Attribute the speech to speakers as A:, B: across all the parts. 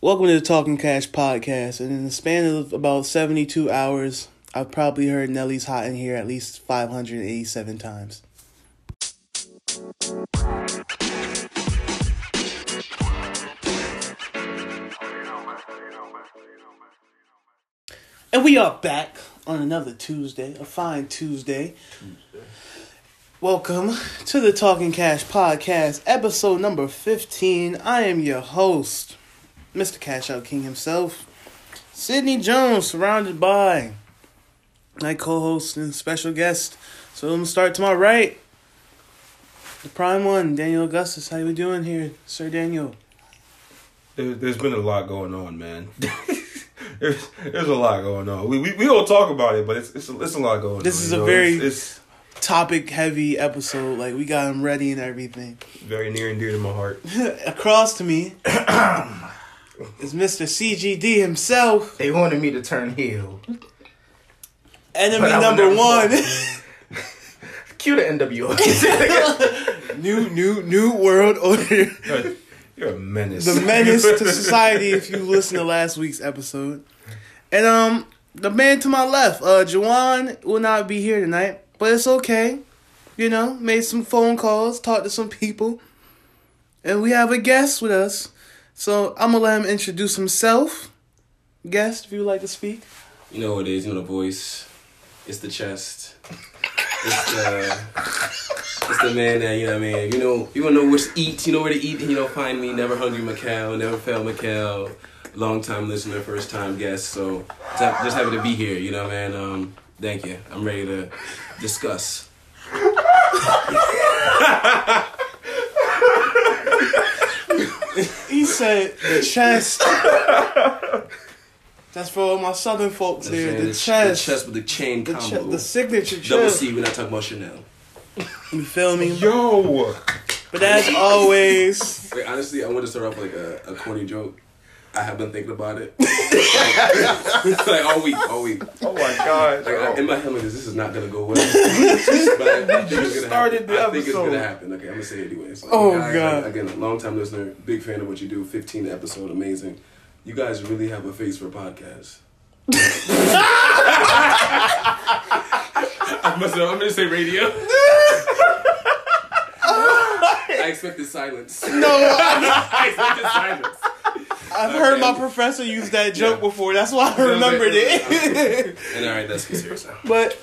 A: Welcome to the Talking Cash podcast. And in the span of about 72 hours, I've probably heard Nelly's Hot in Here at least 587 times. And we are back on another Tuesday, a fine Tuesday. Welcome to the Talking Cash podcast, episode number 15. I am your host, Mr. Cash Out King himself, Sidney Jones, surrounded by my co host and special guest. So let me start to my right. The prime one, Daniel Augustus. How you doing here, Sir Daniel?
B: There, there's been a lot going on, man. there's there's a lot going on. We, we we don't talk about it, but it's it's a, it's a lot going
A: This
B: on.
A: is
B: you
A: a
B: know?
A: very-
B: it's,
A: Topic heavy episode. Like we got him ready and everything.
B: it's very near and dear to my heart.
A: Across to me is Mr. CGD himself,
C: They wanted me to turn heel.
A: enemy
C: But I would
A: number
C: never-
A: one.
C: Cue the NWO.
A: new new new world order.
B: You're- You're a menace.
A: the menace to society if you listen to last week's episode. And um the man to my left, uh Jawan will not be here tonight, but it's okay. You know, made some phone calls, talked to some people. And we have a guest with us. So I'm gonna let him introduce himself. Guest, if you would like to speak.
D: You know what it is, you know the voice. It's the chest. It's the It's the man that you know what I mean. You know you wanna know where to eat, you know where to eat, you know, find me, never hungry Macau, never fail Macau. Long time listener, first time guest, so just just happy to be here, you know man. Um thank you. I'm ready to discuss.
A: He said the chest. That's for all my southern folks
D: You know what I'm
A: here.
D: saying?
A: The
D: It's
A: chest.
D: the chest with the chain
A: The,
D: combo.
A: chest, the signature
D: Double
A: chest.
D: C, we're not talking about Chanel.
A: You feel me?
B: Yo, Oh
A: But as always,
D: Wait, honestly, I want to start off with like a, a corny joke. I have been thinking about it. like all week, all week.
B: oh my god.
D: Like, I, in my head, I'm like, this is not gonna go well. but I, I think it's gonna
B: started
D: happen.
B: the
D: I think it's
B: episode.
D: gonna happen. Okay, I'm gonna say it anyway. So,
A: Oh,
D: I- I-
A: God.
D: again, a long time listener, big fan of what you do. 15 episode, amazing. You guys really have a face for podcasts. I must have, I'm gonna say radio. I expected silence.
A: no, I-
D: I expected silence.
A: Oh, I've heard my professor use that joke
D: Yeah.
A: before. That's why I remembered it.
D: And all right, let's get serious now.
A: but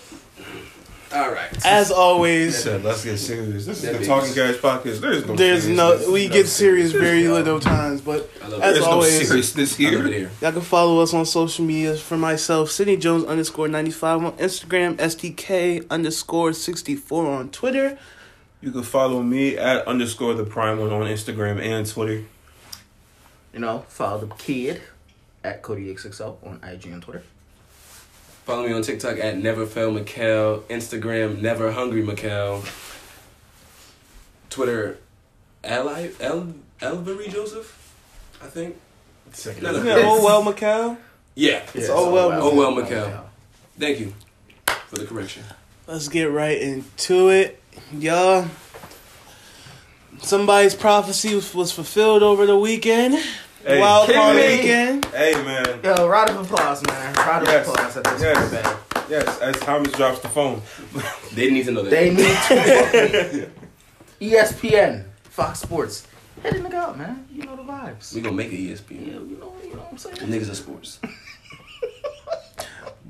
D: All right.
A: as always,
B: Said, let's get serious. This is
D: That
B: the
D: means-
B: Talking Cash podcast. There's no.
A: there's
B: seriousness.
A: no we get serious very little times. But
D: I love it.
A: as
B: There's no
A: always,
B: seriousness
D: I love it
B: here.
D: here.
A: y'all can follow us on social media. For myself, Sidney Jones underscore ninety five on Instagram, SDK underscore sixty four on Twitter.
B: You can follow me at underscore the prime one on Instagram and Twitter.
C: you know, follow the kid at Cody860 on IG and Twitter.
D: Follow me on TikTok at Never Fail Mikhail, Instagram Never Hungry Mikhail, Twitter Ally El Elvery Joseph, I think.
C: Second.
D: No, no.
A: Isn't that Oh well, Macau.
D: Yeah.
A: It's all well-
D: oh well, Mikhail. Thank you for the correction.
A: Let's get right into it, y'all. Somebody's prophecy was, was fulfilled over the weekend.
B: Hey,
A: Wild
B: kick
A: card
B: me.
A: weekend.
B: Hey man.
C: Yo, round of applause, man. Round of
B: Yes.
C: applause at this
B: Yes.
C: yes. bad.
B: Yes, as Thomas drops the phone.
D: They need to know that.
C: They need to E ESPN, Fox Sports. Hit the nigga up, man. You know the vibes.
D: we gonna make it E
C: Yeah,
D: ESPN.
C: you know, you know what I'm saying?
D: Niggas in sports.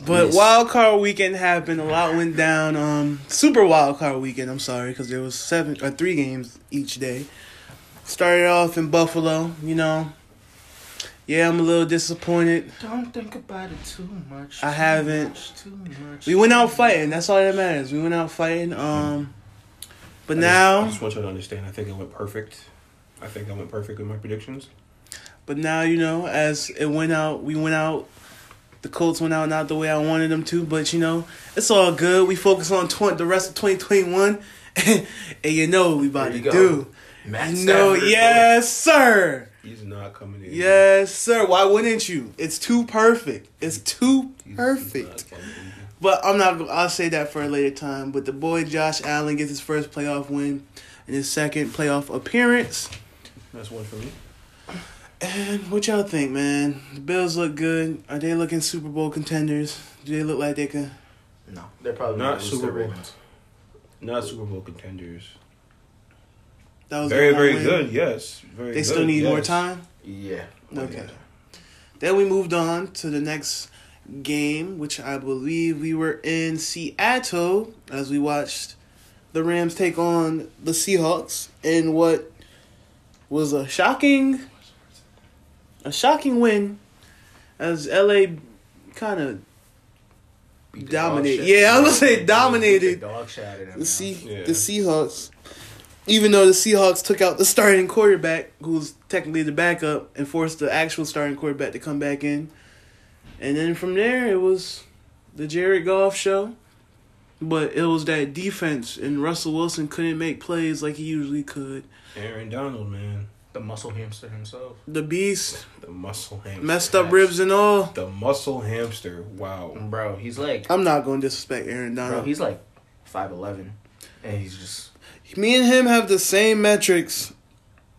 A: But
D: Yes.
A: wild card weekend happened. A lot went down. Um, super wild card weekend. I'm sorry because there was seven or three games each day. Started off in Buffalo. You know. Yeah, I'm a little disappointed.
C: Don't think about it too much.
A: I
C: too
A: haven't.
C: much, too much.
A: We went out fighting. That's all that matters. We went out fighting. Um, but
B: I just- I
A: now,
B: just want you to understand. I think I went perfect. I think I went perfect with my predictions.
A: but now you know, as it went out, we went out. The Colts went out not the way I wanted them to, but you know, it's all good. We focus on tw- the rest of 2021, and you know what we about
C: There
A: to
C: you go.
A: do.
C: Matt
A: No,
C: Stafford. Mm-hmm.
A: yes, sir.
B: He's not coming in.
A: Yes, sir. Why wouldn't you? It's too perfect. It's too
B: He's- he's
A: perfect.
B: not coming in.
A: But I'm not. go- I'll say that for a later time. But the boy Josh Allen gets his first playoff win and his second playoff appearance.
B: That's one for me.
A: And what y'all think, man? The Bills look good. Are they looking Super Bowl contenders? Do they look like they can?
C: No, they're probably
B: Not
C: gonna lose to
B: Super Bowl.
C: Ravens.
B: Not Super Bowl contenders.
A: That was
B: Very,
A: their
B: very
A: win.
B: good. Yes. Very
A: They
B: good,
A: still need more
B: yes. Oh,
A: time.
C: Yeah.
A: Okay. Then we moved on to the next game, which I believe we were in Seattle as we watched the Rams take on the Seahawks in what was a shocking a shocking win as LA kind of
C: Beat the
A: Dominate.
C: dog shit.
A: Yeah, I was gonna say
C: Beat the
A: dominated.
C: Dog shit out of them.
A: the sea
B: Yeah.
A: the Seahawks. Even though the Seahawks took out the starting quarterback, who's technically the backup, and forced the actual starting quarterback to come back in, and then from there it was the Jared Goff show, but it was that defense and Russell Wilson couldn't make plays like he usually could.
B: Aaron Donald, man.
C: The muscle hamster himself.
A: The beast
B: The muscle hamster.
A: messed up ribs and all.
B: The muscle hamster. Wow.
C: Bro, he's like,
A: I'm not gonna disrespect Aaron
C: bro,
A: Donald.
C: he's like five eleven, and he's just
A: Me and him have the same metrics,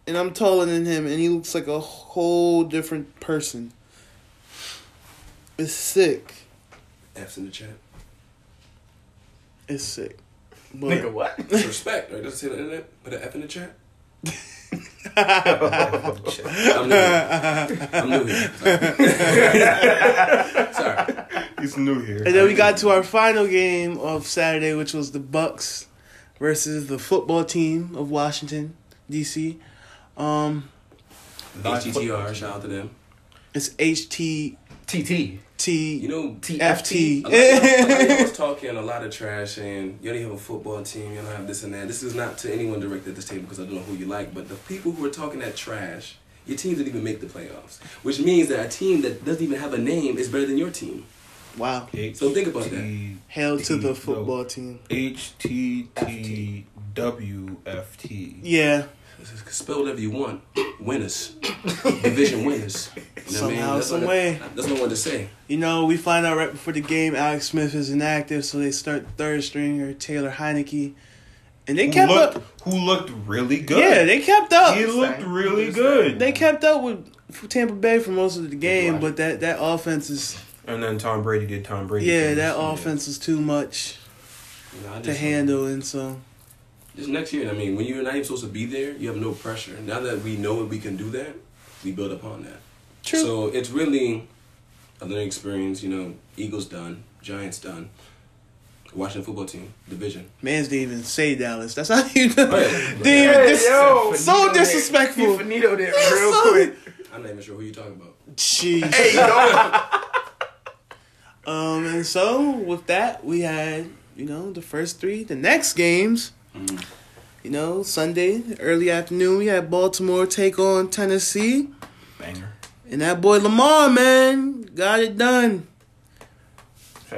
A: and I'm taller than him, and he looks like a whole different person. It's sick.
D: F's in the chat.
A: It's sick.
C: nigga
A: But
C: what?
D: It's respect, right? Doesn't say the internet. Put an F in the chat. I'm new. Here. I'm new here. Sorry.
B: He's new here.
A: and then we got to our final game of Saturday, which was the Bucks versus the football team of Washington D.C. Um,
B: Not
D: HTTR. Shout out to them.
A: it's HTT.
C: TT.
D: You know,
A: FT.
D: A lot of y'all- a lot of y'all was talking a lot of trash, and you don't have a football team. You don't have this and that. This is not to anyone directed at this table because I don't know who you like, but the people who are talking that trash, your team didn't even make the playoffs, which means that a team that doesn't even have a name is better than your team.
A: wow.
D: So think about that.
A: Hail to the football team.
B: H T T W F T.
A: Yeah.
D: Spell whatever you want. Winners, division winners. You know what I mean?
A: Somehow,
D: That's
A: some
D: what I-
A: way.
D: That's what I wanted to say.
A: You know, we find out right before the game Alex Smith is inactive, so they start third stringer Taylor Heineke, and they
B: Who
A: kept up.
B: looked, who looked really good.
A: Yeah, they kept up.
B: he looked
C: Same.
B: really good.
A: they kept up with Tampa Bay for most of the game,
C: Right.
A: but that that offense is
B: and then Tom Brady did Tom Brady.
A: yeah,
B: things.
A: that offense was too much
D: You know, I
A: to
D: just-
A: handle, and so
D: Just next year, I mean, when you're not even supposed to be there, you have no pressure. Now that we know that we can do that, we build upon that.
A: true.
D: So it's really a learning experience. You know, Eagles done, Giants done, Washington football team division.
A: Man's didn't even say Dallas. That's not even.
D: Right.
A: They even
C: Hey,
A: dis-
C: yo,
A: so
C: Finito there.
A: disrespectful.
C: Finito there
A: That's
C: real
A: so-
C: quick.
D: I'm not even sure who you're talking about.
A: Jeez. Um, and so with that, we had you know the first three, the next games.
D: Mm.
A: You know, Sunday early afternoon, we had Baltimore take on Tennessee,
B: banger.
A: and that boy Lamar, man, got it done.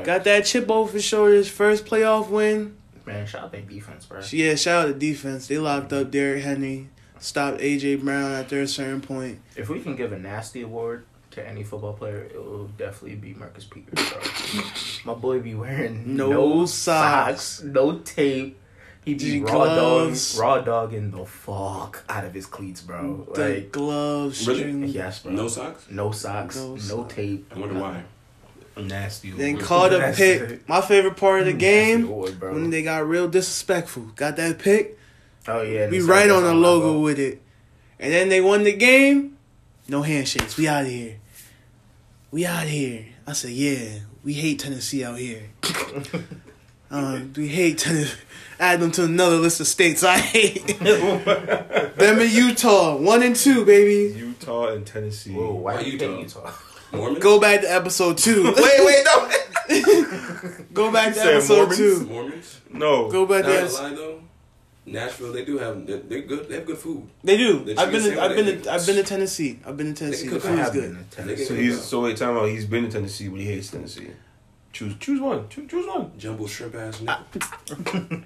A: Got that chip off his shoulder, his first playoff win.
C: Man, shout out their defense, bro.
A: Yeah, shout out to defense. They locked up Derrick Henry, stopped AJ Brown after a certain point.
C: If we can give a nasty award to any football player, it will definitely be Marcus Peters, bro. My boy be wearing
A: No
C: no,
A: socks.
C: socks. no tape. He be
A: G
C: raw dog,
A: gloves.
C: raw dogging the fuck out of his cleats, bro.
A: The
C: Oh, Like,
A: gloves,
D: Really?
A: string.
C: yes, bro.
D: No socks.
C: No socks,
A: No
C: no,
A: socks.
C: tape.
D: I wonder why.
B: Nasty.
A: uh, Then
B: award.
A: called a
C: That's
A: pick.
C: it.
A: My favorite part of the
C: Nasty
A: game
C: award, bro.
A: when they got real disrespectful. Got that pick.
C: Oh yeah,
A: We
C: this-
A: right
C: that's
A: on the
C: my
A: logo
C: logo.
A: with it. And then they won the game. No handshakes. We out of here. We out of here. I said, yeah, we hate Tennessee out here. um, we hate Tennessee. Add them to another list of states I hate. them in Utah. One and two, baby.
B: Utah and Tennessee.
C: Whoa, why
D: Why
C: you
D: you
C: think
D: dumb?
C: Utah?
D: Mormons.
A: Go back to episode two.
C: no.
A: Go back
B: You
A: to
B: said
A: episode
B: Mormons?
A: two.
D: Mormons.
B: No.
A: Go back to
D: Not gonna
A: episode
D: lie though. Nashville, they do have they're, they're good. They have good food.
A: They do.
D: The
A: I've been.
D: chicken
A: To, I've been.
D: sandwich.
A: To, I've been to Tennessee. I've been to Tennessee. The
D: cook
A: food's
D: hot.
A: good.
B: So he's so wait, time out. He's been to Tennessee, but he hates Tennessee. Choose choose one. Choose, choose one.
D: Jumbo shrimp ass nigga.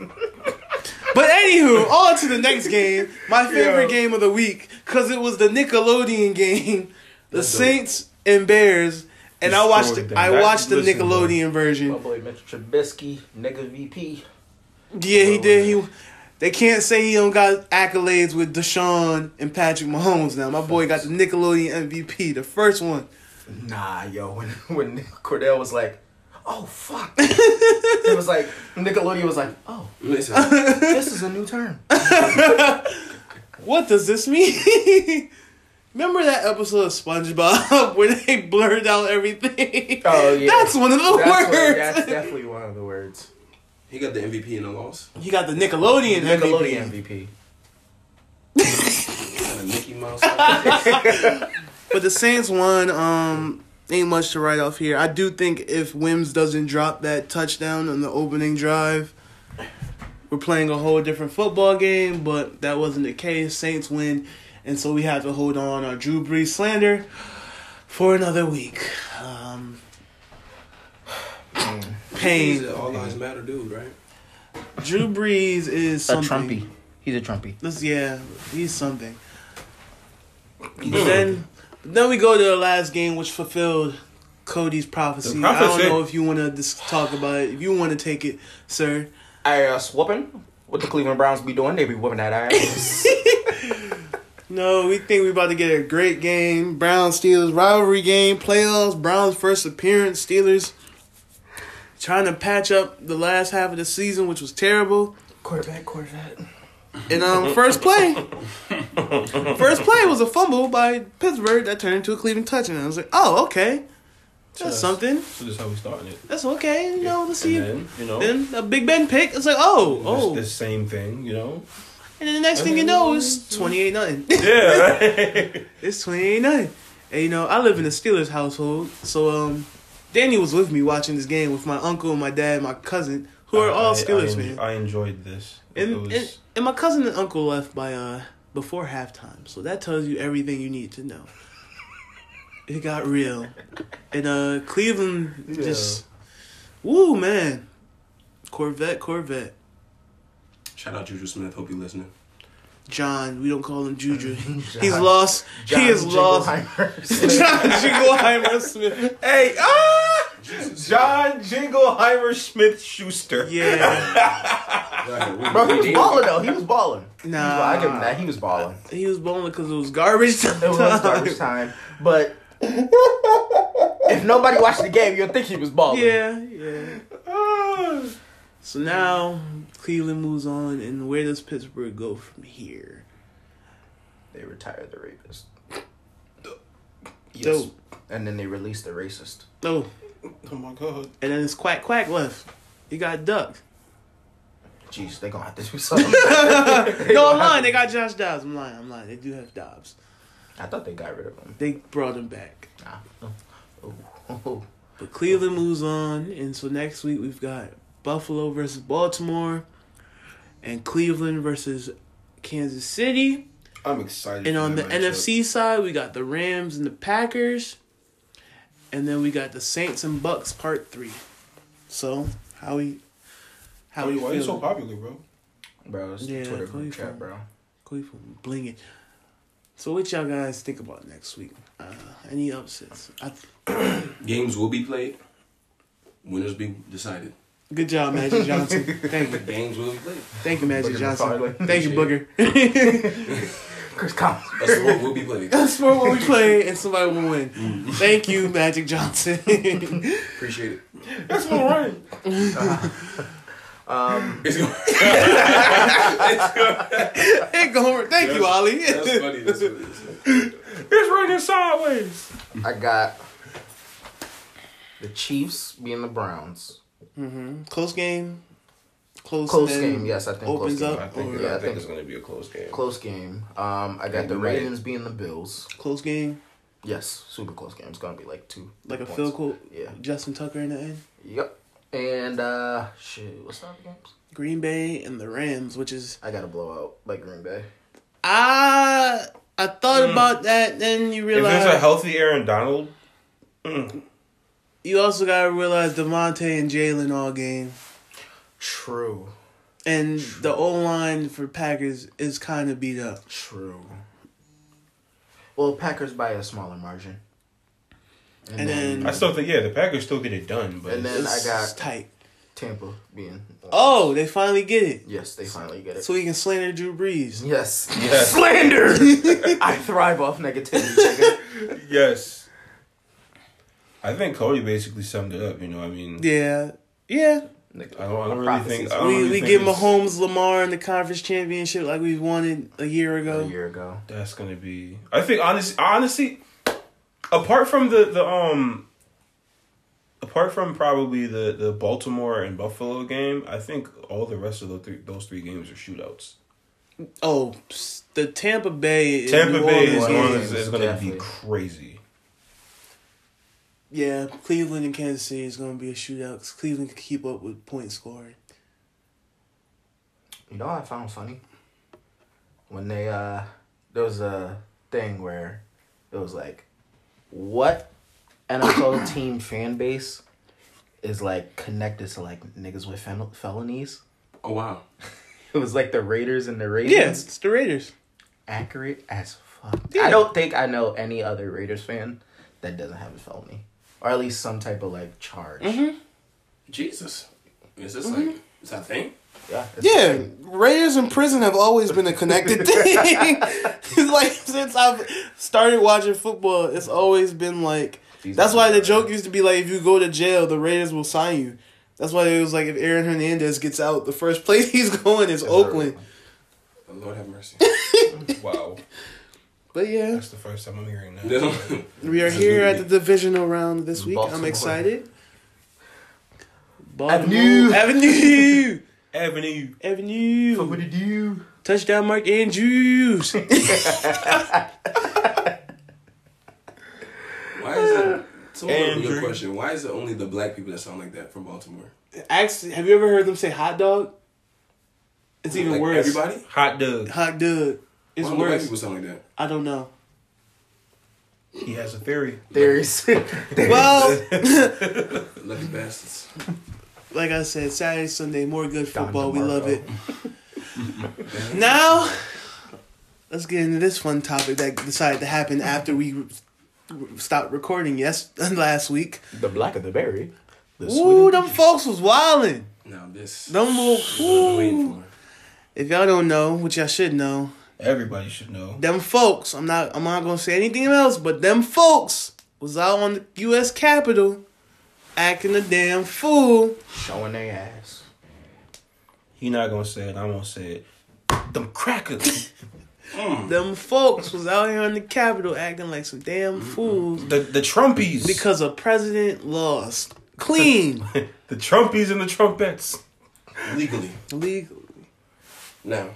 A: But anywho, on to the next game. My favorite game of the week because it was the Nickelodeon game, the
D: That's dope.
A: Saints and Bears, and I watched.
B: Destroyed them.
A: I
B: That-
A: watched the
B: listen, bro.
A: Nickelodeon
C: My
A: version.
C: boy Mitch Trubisky, nigga VP.
A: Yeah, he did. He They can't say he don't got accolades with Deshaun and Patrick Mahomes now. My boy got the Nickelodeon MVP, the first one.
C: Nah, yo, when when Cordell was like, "Oh fuck," it was like Nickelodeon was like, "Oh,
D: Listen,
C: this is a new term."
A: What does this mean? Remember that episode of SpongeBob where they blurred out everything?
C: Oh, yeah.
A: That's one of the
C: That's, what-
A: words.
C: that's definitely one of the words.
D: he got the MVP in the loss.
A: he got the Nickelodeon,
C: Nickelodeon
A: MVP.
C: MVP.
D: He got a Mickey Mouse. I
A: But the Saints won. Um, ain't much to write off here. I do think if Wims doesn't drop that touchdown on the opening drive, we're playing a whole different football game. But that wasn't the case. Saints win, and so we have to hold on our Drew Brees slander for another week. Um,
D: He's
A: pain.
D: an all lives matter dude, right?
A: Drew Brees is
C: A
A: something.
C: Trumpy. He's a Trumpy.
A: This, yeah, he's something.
B: Hmm.
A: But then, but then we go to the last game, which fulfilled Cody's prophecy.
B: The prophecy.
A: I don't know if you want to just talk about it. If you want to take it, sir.
C: I uh, swapping. What the Cleveland Browns be doing? They be whooping that ass.
A: No, we think we're about to get a great game. Browns Steelers rivalry game, playoffs. Browns first appearance. Steelers trying to patch up the last half of the season, which was terrible.
C: quarterback, quarterback.
A: And um, first play, first play was a fumble by Pittsburgh that turned into a Cleveland touchdown. I was like, oh, okay, that's
B: Yes.
A: something.
B: So this is how we starting it.
A: That's okay. You know, let's see.
B: And then, you know,
A: Then a Big Ben pick. It's like, oh, oh,
B: It's the same thing, you know.
A: and then the next thing you know, it's twenty eight nothing.
B: Yeah.
A: it's twenty eight nothing. And you know, I live in a Steelers household, so um, Danny was with me watching this game with my uncle, my dad, and my cousin, who are all Steelers
B: I, I,
A: fans.
B: en- I enjoyed this. It
A: And, and,
B: was
A: and my cousin and uncle left by uh before halftime, so that tells you everything you need to know. It got real, and uh Cleveland just, woo man, Corvette, Corvette,
D: Shout out Juju Smith. Hope you listening.
A: John. We don't call him Juju.
C: John-
A: He's lost. he is lost. John Jingleheimer Smith.
B: hey ah John Jingleheimer Smith Schuster.
A: Yeah,
C: Bro, he was balling though. He was balling.
A: Nah.
C: He was, I give him that. He was balling.
A: he was bowling because it was garbage time.
C: It was garbage time, but if nobody watched the game, you'll think he was balling.
A: Yeah, yeah.
B: Ah!
A: So now Cleveland moves on, and where does Pittsburgh go from here?
C: They retired the rapist,
D: Yes.
A: Dope.
C: and then they released the racist.
A: Oh,
B: Oh my god.
A: and then it's quack quack left. He got ducked.
C: Jeez, they gonna have to do something.
A: No, I'm lying. They got Josh Dobbs. I'm lying. I'm lying. They do have Dobbs.
C: I thought they got rid of him.
A: They brought him back.
C: Nah. Oh, oh, oh.
A: But Cleveland moves on, and so next week we've got Buffalo versus Baltimore, and Cleveland versus Kansas City.
B: I'm excited.
A: And
B: for
A: on the
B: that matchup.
A: NFC side, we got the Rams and the Packers. And then we got the Saints and Bucks part three. So how we how
B: Why
A: we
B: why you Oh, so
A: feel?
B: popular, bro?
C: Bro, it's
A: Yeah,
C: the Twitter
A: Cody
C: group
A: Fung.
C: chat, bro.
A: Blinging. So what y'all guys think about next week? Uh, any upsets? I,
D: Games will be played. Winners be decided.
A: good job, Magic Johnson. Thank you,
D: Games will be played.
A: thank you, Magic
C: Booger
A: Johnson.
C: McFarlane.
A: Thank you, Booger.
C: Chris Collins.
D: That's the will be played.
A: That's for what we play, and somebody will win. Thank you, Magic Johnson.
D: Appreciate it.
B: That's all right.
C: Um,
D: It's going. it's going.
A: Hey, Gomer. Thank you, Ollie.
D: That's funny. That's funny. That's funny.
B: It's raining sideways.
C: I got the Chiefs being the Browns.
A: Close game. Close,
C: Close
A: and
C: game, yes, I think close
A: opens
C: game.
A: up.
B: I think,
A: or
B: I
C: Oh, Yeah, I
B: think
C: think-
B: it's gonna be a close game.
C: Close game. Um, I got the
B: we might-
C: Ravens being the Bills.
A: close game,
C: Yes, super close game. It's gonna be like two.
A: like a
C: points.
A: field goal.
C: Yeah.
A: Justin Tucker in the end.
C: Yep. And uh, shit, what's the other games?
A: Green Bay and the Rams, which is
C: I got a blowout like Green Bay.
A: I I thought about that. Then you
B: If there's a
A: realize
B: healthy Aaron Donald,
A: you also gotta realize Devontae and Jalen all game,
C: True.
A: and the O line for Packers is kind of beat up.
C: True. Well, Packers by a smaller margin.
A: And then-
B: I still think yeah, the Packers still get it done, but
C: Mm-hmm. And then-
A: It's
C: I got-
A: tight.
C: Tampa being. uh,
A: Oh, they finally get it.
C: Yes, they finally get it.
A: So we can slander Drew Brees.
C: Yes.
B: Yes.
C: Slander! I thrive off negativity, nigga.
B: Yes. I think Cody basically summed it up. You know, I mean,
A: Yeah. Yeah.
C: Nigga,
B: I don't, I don't
C: my
B: really
C: prophecies
B: think. I don't
A: We
B: really
A: we
B: think
A: give
B: it's-
A: Mahomes Lamar in the conference championship like we wanted a year
C: a
A: ago.
C: year ago.
B: That's gonna be. I think honest, honestly, apart from the the um, apart from probably the the Baltimore and Buffalo game, I think all the rest of the three, those three games are shootouts.
A: Oh, psst, the Tampa Bay and
B: Tampa
A: New
B: Bay
A: Orleans
B: is,
C: New
A: game.
B: going
C: Orleans,
B: is gonna
C: definitely.
B: be crazy.
A: Yeah, Cleveland and Kansas City is going to be a shootout 'cause Cleveland can keep up with point scoring.
C: You know what I found funny? When they uh there was a thing where it was like what NFL team fan base is like connected to like niggas with fel- felonies?
D: Oh wow.
C: It was like the Raiders and the Ravens.
A: Yeah, it's the Raiders.
C: Accurate as fuck.
A: Yeah.
C: I don't think I know any other Raiders fan that doesn't have a felony. Or at least some type of like charge.
A: Mm-hmm.
D: Jesus. Is this like is that a thing?
C: Yeah. it's the
A: Yeah,
C: same.
A: Raiders and prison have always been a connected thing. It's like since I've started watching football, it's always been like
C: These
A: that's why the
C: guys are-
A: joke used to be like if you go to jail, the Raiders will sign you. That's why it was like if Aaron Hernandez gets out, the first place he's going is Oakland.
D: Oh, Lord have mercy.
B: Wow,
A: But yeah,
B: that's the first time I'm hearing that.
D: No.
A: we are
D: This is
A: here at the
D: gonna
A: divisional round this week. I'm
C: Baltimore.
A: excited.
C: Avenue.
A: Baltimore. Avenue.
B: Avenue.
C: So what
A: Avenue.
C: did you?
A: Touchdown Mark Andrews.
D: Why is that? Someone wrote a
B: Andrew.
D: good question. Why is it only the black people that sound like that from Baltimore?
A: Actually, have you ever heard them say hot dog? It's even
D: Like,
A: worse.
D: Everybody?
B: Hot dog.
A: Hot dog. It's
D: Why do black
A: worse.
D: people sound like that?
A: I don't know.
B: He has a theory.
C: There's
A: Well,
D: Lucky bastards.
A: like I said, Saturday, Sunday, more good
C: Don
A: football. We
C: DeMarco.
A: love it. now, let's get into this fun topic that decided to happen after we re- stopped recording. Yes, last week.
C: the black of the berry. The
A: Ooh, them folks was wildin'.
D: Now this.
A: Them little.
D: I've been waiting
A: Ooh.
D: for.
A: If y'all don't know, which y'all should know,
B: Everybody should know.
A: them folks. I'm not. I'm not gonna say anything else. But them folks was out on the U.S. Capitol, acting a damn fool.
C: showing their ass.
B: He not gonna say it. I'm gonna say it. Them crackers.
A: Them folks was out here on the Capitol acting like some damn fools
B: the the Trumpies.
A: because a president lost clean
B: the Trumpies and the trumpets.
D: Legally.
A: legally.
D: Now.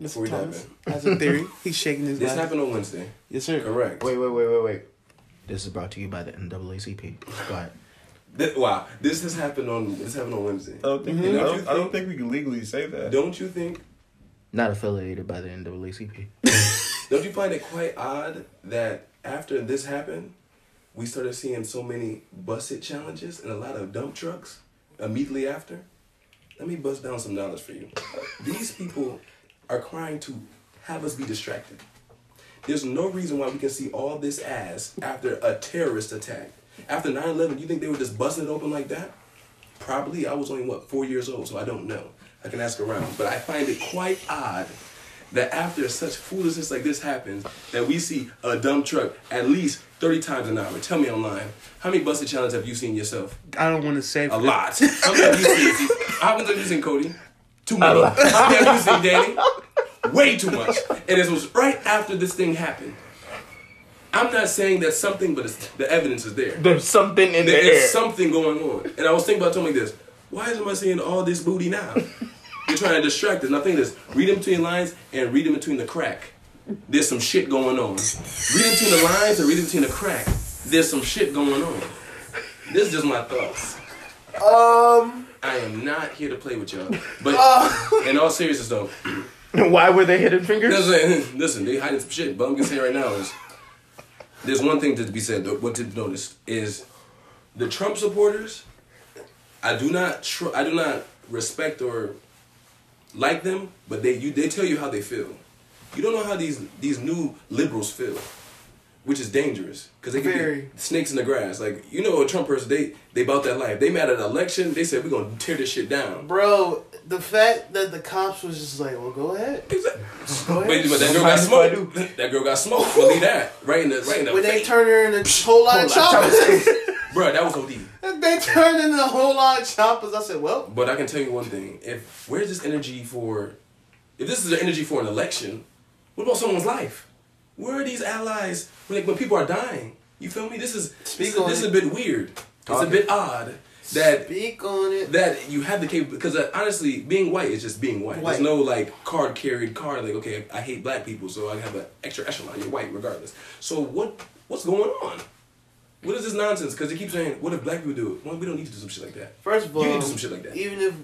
A: Mr.
D: Before we dive
A: Thomas has a theory. He's shaking his
D: This
A: head.
D: happened on Wednesday.
A: Yes, sir.
D: Correct.
C: Wait, wait, wait, wait, wait. This is brought to you by the NAACP. Go ahead.
D: Thi- wow. This has happened on this happened on Wednesday.
B: I don't think.
D: Mhm.
B: I, don't, I don't think we can legally say that.
D: Don't you think
C: Not affiliated by the NAACP.
D: Don't you find it quite odd that after this happened, we started seeing so many busted challenges and a lot of dump trucks immediately after? Let me bust down some dollars for you. These people are crying to have us be distracted. There's no reason why we can see all this ass after a terrorist attack. After 9 11, you think they were just busting it open like that? Probably. I was only, what, four years old, so I don't know. I can ask around. But I find it quite odd that after such foolishness like this happens, that we see a dumb truck at least 30 times an hour. Tell me online, how many busted challenges have you seen yourself?
A: I don't want to say
D: A lot. How many have you seen, how many have you seen Cody? Too many. How many have you seen Danny? Way too much. And this was right after this thing happened. I'm not saying that's something, but it's, the evidence is there.
C: There's something in
D: There is something going on. And I was thinking about something like this. Why isn't I seeing all this booty now? You're trying to distract us. And I think this. Read in between the lines and read in between the crack. There's some shit going on. Read in between the lines and read in between the crack. There's some shit going on. This is just my thoughts.
C: Um,
D: I am not here to play with y'all. But in all seriousness though,
C: why were they hidden fingers?
D: listen, listen, they hiding some shit. But I'm gonna say right now is there's one thing to be said. though, What to notice is the Trump supporters. I do not tr- I do not respect or like them, but they you they tell you how they feel. You don't know how these these new liberals feel. which is dangerous because they could
A: Very.
D: be snakes in the grass. Like you know, a Trump person, they they about that life. They mad at the election. They said we're gonna tear this shit down.
A: Bro, the fact that the cops was just like, well, go ahead.
D: Exactly.
A: Go
D: But,
A: ahead.
D: but that girl got smoked. That girl got smoked. Believe that. Right in the right in the
A: When they
D: face.
A: turned her into a whole lot of choppers.
D: Bruh, that was OD.
A: they turned into a whole lot of choppers. I said, well,
D: But I can tell you one thing: if where's this energy for? If this is the energy for an election, what about someone's life? Where are these allies when, when people are dying? You feel me? This is this,
A: Speak on
D: this is
A: it.
D: a bit weird. It's a bit odd that
A: speak on it.
D: that you have the capability because uh, honestly, being white is just being white.
A: White.
D: There's no like card carried card like okay, I hate black people, so I have an extra echelon. You're white regardless. So what what's going on? What is this nonsense? Because they keep saying, what if black people do it? Well, we don't need to do some shit like that.
A: First of all,
D: You can do some shit like that.
A: even if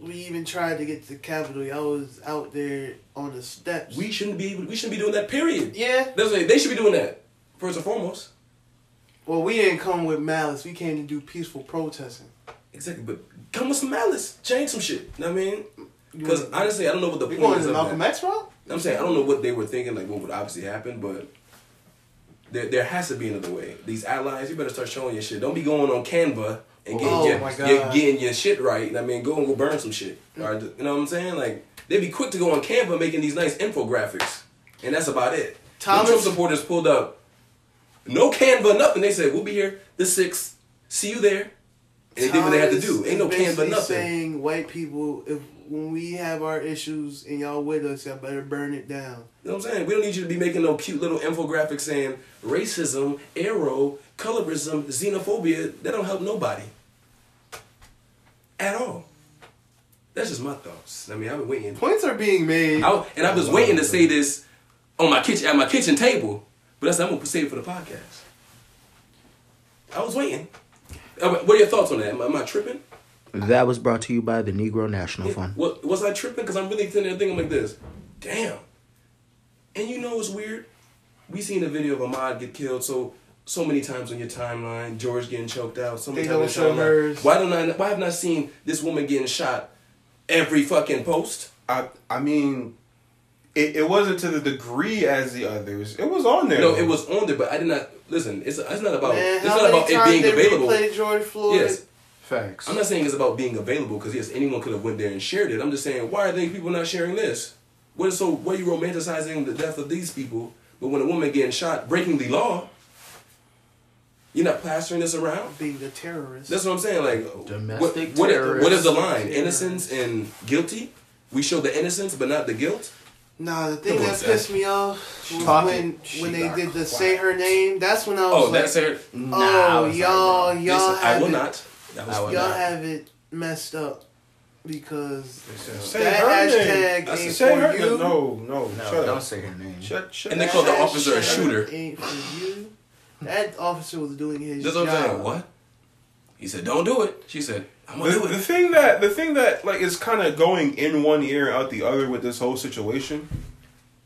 A: we even tried to get to the Capitol, y'all was out there on the steps.
D: We shouldn't be able, we shouldn't be doing that. Period.
A: yeah.
D: That's what, they should be doing that first and foremost.
A: Well, we didn't come with malice. We came to do peaceful protesting.
D: Exactly, but come with some malice, change some shit. You know what I mean? Because honestly, I don't know what the
A: We
D: point
A: going
D: is
A: to
D: of that.
A: Malcolm X route?
D: I'm saying I don't know what they were thinking, like what would obviously happen, but there there has to be another way. These allies, you better start showing your shit. Don't be going on Canva and getting
A: Oh
D: your,
A: my
D: your-
A: God. Mm.
D: getting your shit right. And I mean, go and go burn some shit. Or, you know what I'm saying? Like they'd be quick to go on Canva making these nice infographics, and that's about it.
A: Thomas-
D: the Trump supporters pulled up, no Canva, nothing. They said we'll be here the sixth. See you there. And they did what they had to do.
A: Thomas
D: Ain't no
A: is
D: Canva,
A: basically
D: nothing.
A: saying white people, if when we have our issues and y'all with us, y'all better burn it down.
D: You know what I'm saying? We don't need you to be making no cute little infographic saying racism, arrow, colorism, xenophobia. That don't help nobody. At all. That's just my thoughts. I mean, I've been waiting.
A: Points are being made.
D: I, and I was waiting to say this on my kitchen at my kitchen table, but that's I'm gonna save it for the podcast. I was waiting. Uh, What are your thoughts on that? Am, I- am I tripping?
C: That was brought to you by the Negro National Fund.
D: What, was I tripping? Because I'm really sitting there thinking like this. Damn. And you know what's weird? We seen a video of Ahmad get killed so so many times on your timeline. George getting choked out. So many
A: They
D: times on
A: don't
D: your
A: show
D: timeline.
A: hers.
D: Why don't I? Why have not seen this woman getting shot every fucking post?
B: I I mean, it, it wasn't to the degree as the others. It was on there.
D: No, it was on there, but I did not listen. It's it's not about
A: Man,
D: it's
A: how
D: not
A: many
D: about it
A: times
D: being
A: they
D: available.
A: replayed George Floyd?
D: Yes,
C: Facts.
D: I'm not saying it's about being available because yes, anyone could have went there and shared it. I'm just saying why are they people not sharing this? What is so why are you romanticizing the death of these people? But when a woman getting shot, breaking the law, you're not plastering this around.
A: Being the terrorist.
D: That's what I'm saying. Like
C: Domestic
D: what, what, is, what is the
C: terrorists.
D: line? Innocence and guilty. We show the innocence, but not the guilt.
A: Nah, the thing
D: Come on,
A: that
D: Zach.
A: pissed me off was
C: Talk
A: when
C: it.
A: when
C: She
A: they
C: got
A: did the
C: quiet.
A: say her name. That's when I was
D: Oh,
A: like,
D: that's her.
C: Nah, I
A: oh
C: was like,
A: y'all
C: bro.
A: y'all
D: Listen,
A: have
D: I will
A: it,
D: not. That was
C: I will
A: y'all
C: not.
A: have it messed up because
B: Say
A: that
B: her name.
A: hashtag
D: That's
A: ain't
D: the
B: Say
A: for
B: her
A: you.
B: No, no,
C: No,
B: shut
C: don't
B: up.
C: say her name.
B: Shut, shut
D: And they
B: up.
D: called the
A: That
D: officer a
A: shit
D: shooter.
A: Ain't for you. That officer was doing his
D: That's
A: job.
D: what I'm saying. What? He said, "Don't do it." She said, "I'm gonna
B: The,
D: do
B: the
D: it."
B: thing that the thing that like is kind of going in one ear and out the other with this whole situation.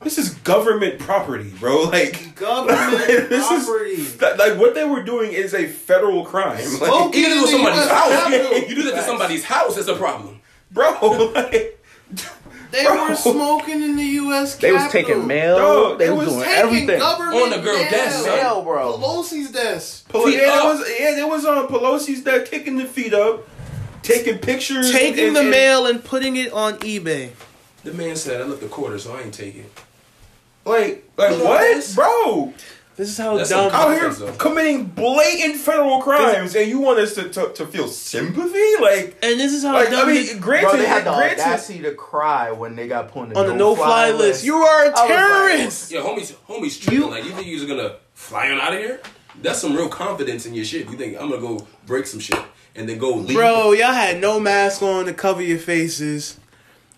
B: This is government property, bro. Like
A: Government
B: this is-
A: property.
B: that- like what they were doing is a federal crime, like,
A: Smoke.
D: You do that to somebody's
A: That's
D: house.
A: happening.
D: You do that to somebody's house. That's a problem.
B: bro. Like,
A: They
B: Bro.
A: were smoking in the U.S.
C: They was
A: Capitol.
C: taking mail.
B: Dog,
C: they
B: it
C: was,
B: was
C: doing
A: Taking
C: everything.
A: government
D: On the girl
A: mail.
D: desk, son.
C: Mail, bro.
A: Pelosi's desk.
B: Pelo-
D: Feet
B: yeah, there
D: up.
B: was yeah, there was on Pelosi's that kicking the feet up, taking pictures,
A: taking
B: and-
A: the
B: and-
A: mail and putting it on eBay.
D: The man said, "I left the quarter, so I ain't take it."
B: Like, like what, bro?
A: This is how
D: That's
A: dumb.
D: some-
B: Out here
D: Though.
B: committing blatant federal crimes, and you want us to to, to feel sympathy? Like,
A: and this is how
B: like I
A: dumb.
B: mean, granted,
C: Bro, they had the
B: granted,
C: audacity to cry when they got put on the,
A: on the no fly list. You are a
C: I was like-
A: terrorist.
D: Yeah, homies, homies tripping.
A: You-
D: like, you think you're just gonna fly on out of here? That's some real confidence in your shit. You think I'm gonna go break some shit and then go leave?
A: Bro, y'all had no mask on to cover your faces.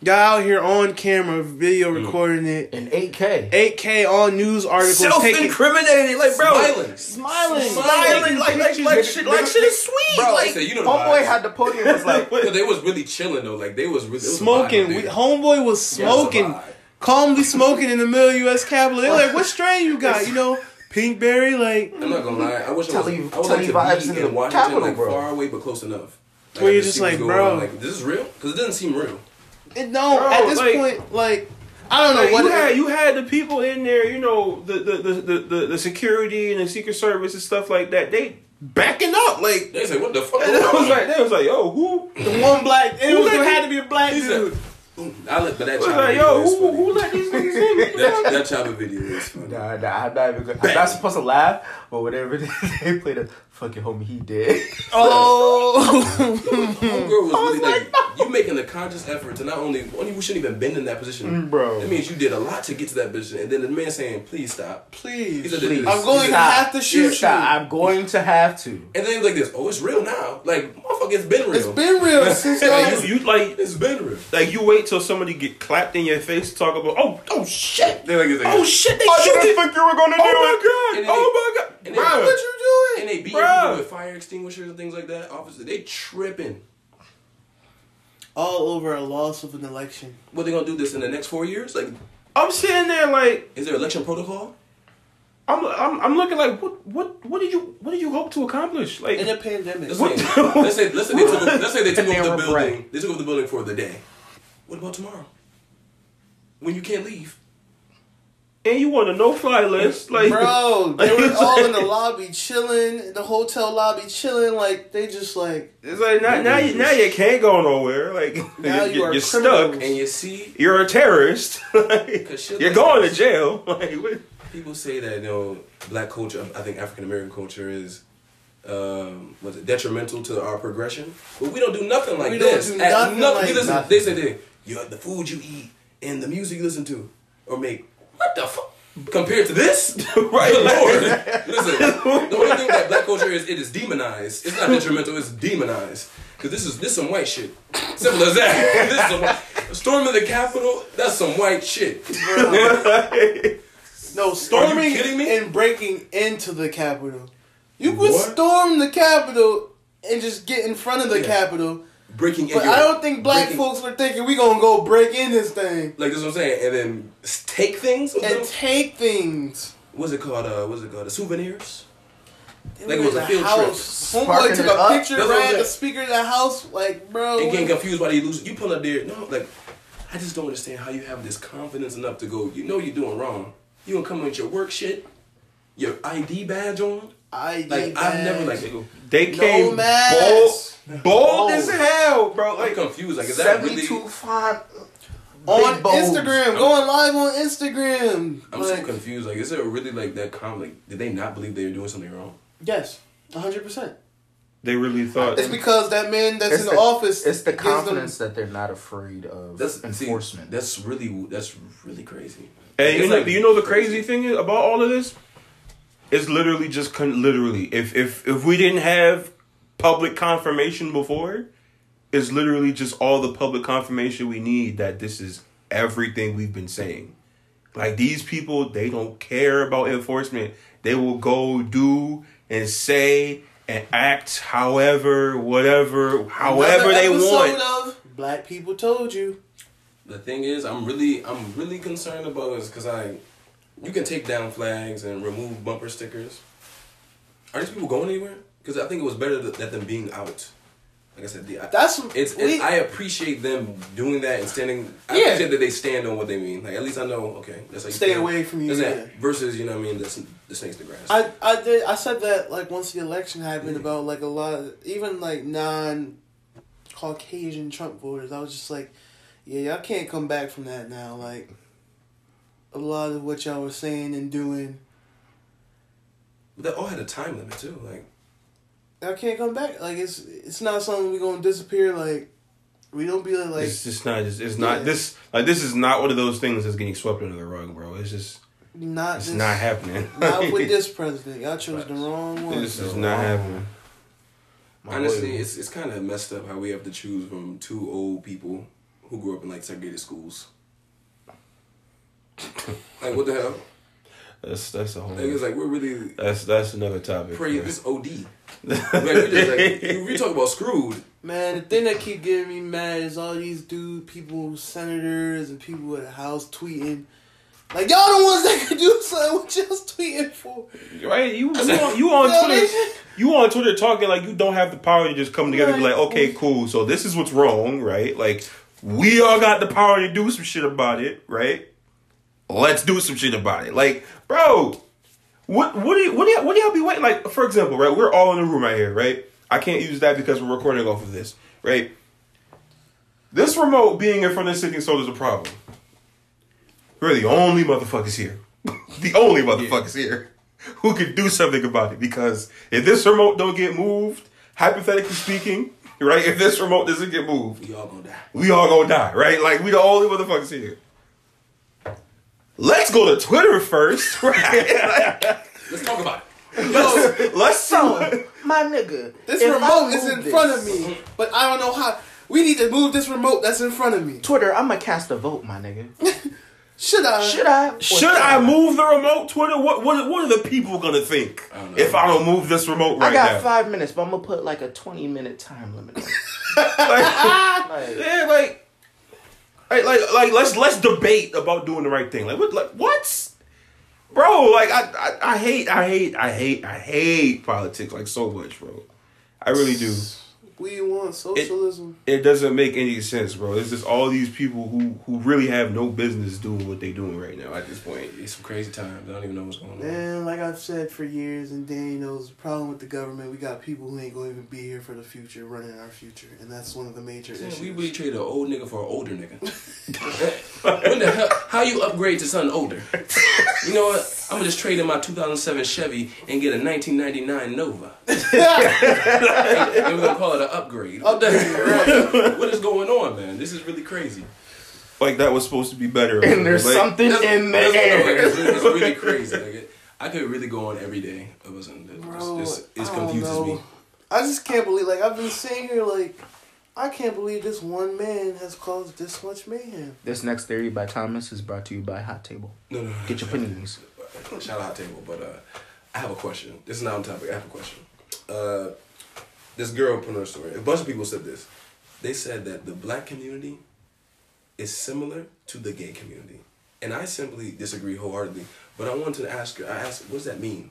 A: Y'all out here on camera, video recording it.
C: in 8K.
A: 8K on news articles. Taking,
B: self-incriminating, like, bro,
D: smiling,
A: Smiling.
B: smiling, like, like, like, shit, like, shit is sweet,
C: Bro,
B: like,
D: so you know the
C: Homeboy
D: vibes.
C: had the podium was like,
D: But they was really chilling though. Like they was really it was a
A: smoking.
D: vibe out
A: We,
D: there.
A: homeboy was smoking.
D: vibe.
A: calmly smoking in the middle of U.S. Capitol. They're like, what strain you got? You know, Pinkberry? Like,
D: I'm not gonna lie. I wish I
C: Tell
D: was,
C: you-
D: I would
C: tell
D: like
C: you
D: to
C: vibes in
D: be
C: the
D: in Washington,
C: Capitol,
D: like
C: bro.
D: far away but close enough. Like,
A: Where
D: I
A: you're
D: just
A: just
D: see
A: like,
D: what's going
A: bro.
D: on. like this is real because it doesn't seem real.
A: it- no, at this
B: like-
A: point, like, I don't know
B: Like,
A: what
B: you
A: it-
B: had you had the people in there, you know, the the, the, the, the the security and the secret service and stuff like that. They backing up like
D: They said, what the fuck?
B: they was like they was like, yo, who? It
A: the one black. It
B: Who
A: was,
B: let
A: there
B: you-
A: had to be a black
D: He said-
A: dude.
D: I let, but that
B: was
D: chopper
B: like,
D: video
B: yo,
D: is
B: who,
D: funny.
B: who let these niggas in?
D: that, that chopper video is funny.
C: Nah, nah, I'm not even good. I'm not supposed to laugh, but whatever it is, they played a fucking homie, he did.
A: Oh,
D: Homegirl was really like, you making a conscious effort to not only, only we shouldn't even bend in that position.
C: Mm, bro.
D: That means you did a lot to get to that position. And then the man saying, please stop. He
A: please.
D: said, "This-
A: I'm going to
C: Stop.
A: have to shoot
C: Stop.
A: you.
C: I'm going to have to.
D: And then he was like this, oh, it's real now. Like, motherfucker, it's been real.
A: It's been real since I
B: Like,
A: was
B: you, you like
D: It's been real.
B: like you wait till somebody get clapped in your face to talk about oh oh shit
D: They like, it's like,
B: oh shit they
C: I
B: shooting
C: didn't think you were gonna do
B: oh my
D: And
B: god
D: then
B: oh my god
D: and then-
B: Bruh.
D: What
B: you
D: And they beat
B: Bruh.
D: people with fire extinguishers and things like that. Officers, they tripping.
A: all over a loss of an election.
D: What they gonna do this in the next four years? Like,
B: I'm sitting there like
D: is there election protocol?
B: I'm I'm I'm looking like what what what did you what did you hope to accomplish like
A: In a pandemic.
D: Let's
B: What
D: say,
B: the-
D: let's say, let's say they took, over- let's say they took
C: And they
D: over the
C: were
D: building.
C: bright.
D: They took over the building for the day. What about tomorrow? When you can't leave.
B: and you want a no fly list like
A: Bro, they were all in the lobby chilling, the hotel lobby chilling, like they just like
B: it's like now now you, now you can't go nowhere like
A: Now
B: you
A: you
B: are
A: are
B: you're
A: criminals.
B: stuck
D: And you see,
B: you're a terrorist like,
D: 'Cause shit
B: you're
D: like
B: going
D: this-
B: to jail like what-
D: people say that you know black culture. I think African American culture is. Um, was it detrimental to our progression? But we don't do nothing like
A: We don't
D: this.
A: do
D: At
A: nothing
D: nothing-
A: like
D: you listen,
A: nothing.
D: They say they, you the food you eat and the music you listen to or make. What the fuck? Compared to this, right? Lord, listen. The only thing that black culture is, it is demonized. It's not detrimental. It's demonized. Cause this is this some white shit. Simple as that. This is some, white- storming the Capitol. That's some white shit.
A: no storming
D: kidding me?
A: and breaking into the Capitol. You could
D: What?
A: storm the Capitol and just get in front of the
D: Yeah.
A: Capitol.
D: Breaking. in
A: But
D: your-
A: I don't think black
D: breaking-
A: folks were thinking we gonna go break in this thing
D: Like this is what I'm saying, and then s- take things. What
A: and take things.
D: what's it called? Uh, what's it called? The souvenirs.
A: They
D: Like it
A: were
D: was
A: in
D: a field trip.
A: Homeboy
C: Sparking
A: took
C: it
A: a
C: up.
A: picture,
D: That's what I'm
A: ran the
D: saying.
A: speaker of the house, Oh, like bro.
D: And getting
A: what-
D: confused why they lose. You pull up there. No, like I just don't understand how you have this confidence enough to go. You know you're doing wrong. You don't come with your work shit, your ID badge on.
A: I
D: Like I've never like.
B: they came
A: mask.
B: bold bold as
C: Bold.
B: hell bro
D: I'm
B: like
D: confused. Like is that really?
C: 72 font.
A: on
C: Big bones.
A: Instagram, going live on Instagram.
D: I'm so
A: like,
D: confused. Like is it really like that? Com like did they not believe they were doing something wrong?
A: yes, hundred percent.
B: they really thought
A: It's because that man that's
C: It's
A: in the, office.
C: It's the
A: gives them-
C: confidence that they're not afraid of
D: That's
C: enforcement.
D: See, that's really that's really crazy.
B: And you
D: It's
B: know,
D: like-
B: you know the crazy thing is about all of this, it's literally just con- literally if if if we didn't have public confirmation before, it's literally just all the public confirmation we need that this is everything we've been saying. Like these people, they don't care about enforcement. They will go do and say and act however, whatever, however
A: Another
B: they
A: episode
B: want.
A: Of Black people told you.
D: The thing is, I'm really, I'm really concerned about this because I, you can take down flags and remove bumper stickers. Are these people going anywhere? Because I think it was better that, that them being out. Like I said, the,
A: That's
D: it's,
A: we-
D: it's. I appreciate them doing that and standing. I
A: Yeah.
D: appreciate that they stand on what they mean. Like at least I know. Okay, that's how you
A: Stay
D: stand.
A: away from you,
D: That's
A: yeah.
D: that. Versus, you know, what I mean, that's the snakes the grass.
A: I I did I said that like once the election happened about like a lot of, even like non Caucasian Trump voters. I was just like, yeah, y'all can't come back from that now. Like a lot of what y'all were saying and doing,
D: but they all had a time limit too. Like
A: y'all can't come back. Like it's it's not something we gonna disappear. Like we don't be like
B: it's just not. It's, it's not
A: Yeah.
B: this. Like this is not one of those things that's getting swept under the rug, bro. It's just.
A: not
B: It's
A: this,
B: not happening.
A: not with this president. Y'all chose the wrong one.
B: this is not happening.
C: My
D: Honestly,
C: boy-
D: it's it's kind of messed up how we have to choose from two old people who grew up in like segregated schools. like what the hell?
B: That's that's a whole.
D: Like it's like we're really
B: that's that's another topic.
D: pray
B: man.
D: this OD. like we just like you- we talk about screwed.
A: Man, the thing that keep getting me mad is all these dude people, senators and people at the house tweeting. Like y'all the ones that could do something. What y'all tweeting for?
B: Right? You you on, you on Twitter? You on Twitter talking like you don't have the power to just come together and be like, okay, cool. So this is what's wrong, right? Like we all got the power to do some shit about it, right? let's do some shit about it. Like, bro, what what do you, what do y'all, what do y'all be waiting? Like, for example, right? We're all in a room right here, right? I can't use that because we're recording off of this, right? This remote being in front of the sitting soul is a problem. We're the only motherfuckers here. the only motherfuckers here who can do something about it because if this remote don't get moved, hypothetically speaking, right? If this remote doesn't get moved,
D: We all gonna die.
B: we all gonna die, right? Like we the only motherfuckers here. Let's go to Twitter first, right?
D: Let's talk about it.
B: let's, let's see what-
C: So, my nigga,
A: This
C: if I
A: remote is
C: move
A: in
C: this-
A: front of me, but I don't know how. We need to move this remote that's in front of me.
C: Twitter, I'm gonna cast a vote, my nigga.
A: Should I?
C: Should I? or
B: Should I move the remote, Twitter? What what what are the people gonna think
D: don't know.
B: if I don't move this remote
C: I
B: right
C: got
B: now?
C: five minutes, but I'm gonna put like a 20 minute time limit. on it. Like,
B: Yeah, like, like, like, like, let's let's debate about doing the right thing. Like, what, like, what, bro? Like, I, I, I hate, I hate, I hate, I hate politics like so much, bro. I really do.
A: We want socialism.
B: It doesn't make any sense, bro. It's just all these people who who really have no business doing what they doing right now at this point.
D: It's some crazy times. I don't even know what's going on.
A: Man, like I've said for years, and Dane knows the problem with the government. We got people who ain't going to even be here for the future, running our future, and that's one of the major
D: Man,
A: issues.
D: we really traded an old nigga for an older nigga. when the hell? How you upgrade to something older? You know what? I'm gonna just trade in my 2007 Chevy and get a 1999 Nova. and, and we're gonna call it an upgrade. What the hell? what is going on, man? This is really crazy.
B: Like that was supposed to be better.
C: and there's
B: Like,
C: something in the
D: That's-
C: air.
D: It's, it's really crazy. Like, I could really go on every day of something that
A: Bro,
D: just,
A: I
D: just
A: don't
D: confuses
A: know.
D: me.
A: I just can't believe, like, I've been sitting here, like, I can't believe this one man has caused this much mayhem.
C: This next theory by Thomas is brought to you by Hot Table.
D: No, no, no.
C: Get your paninis.
D: Shout out table, but uh, I have a question. This is not on topic. I have a question. Uh, this girlpreneur story. A bunch of people said this. They said that the black community is similar to the gay community, and I simply disagree wholeheartedly. But I wanted to ask her. I asked, what does that mean?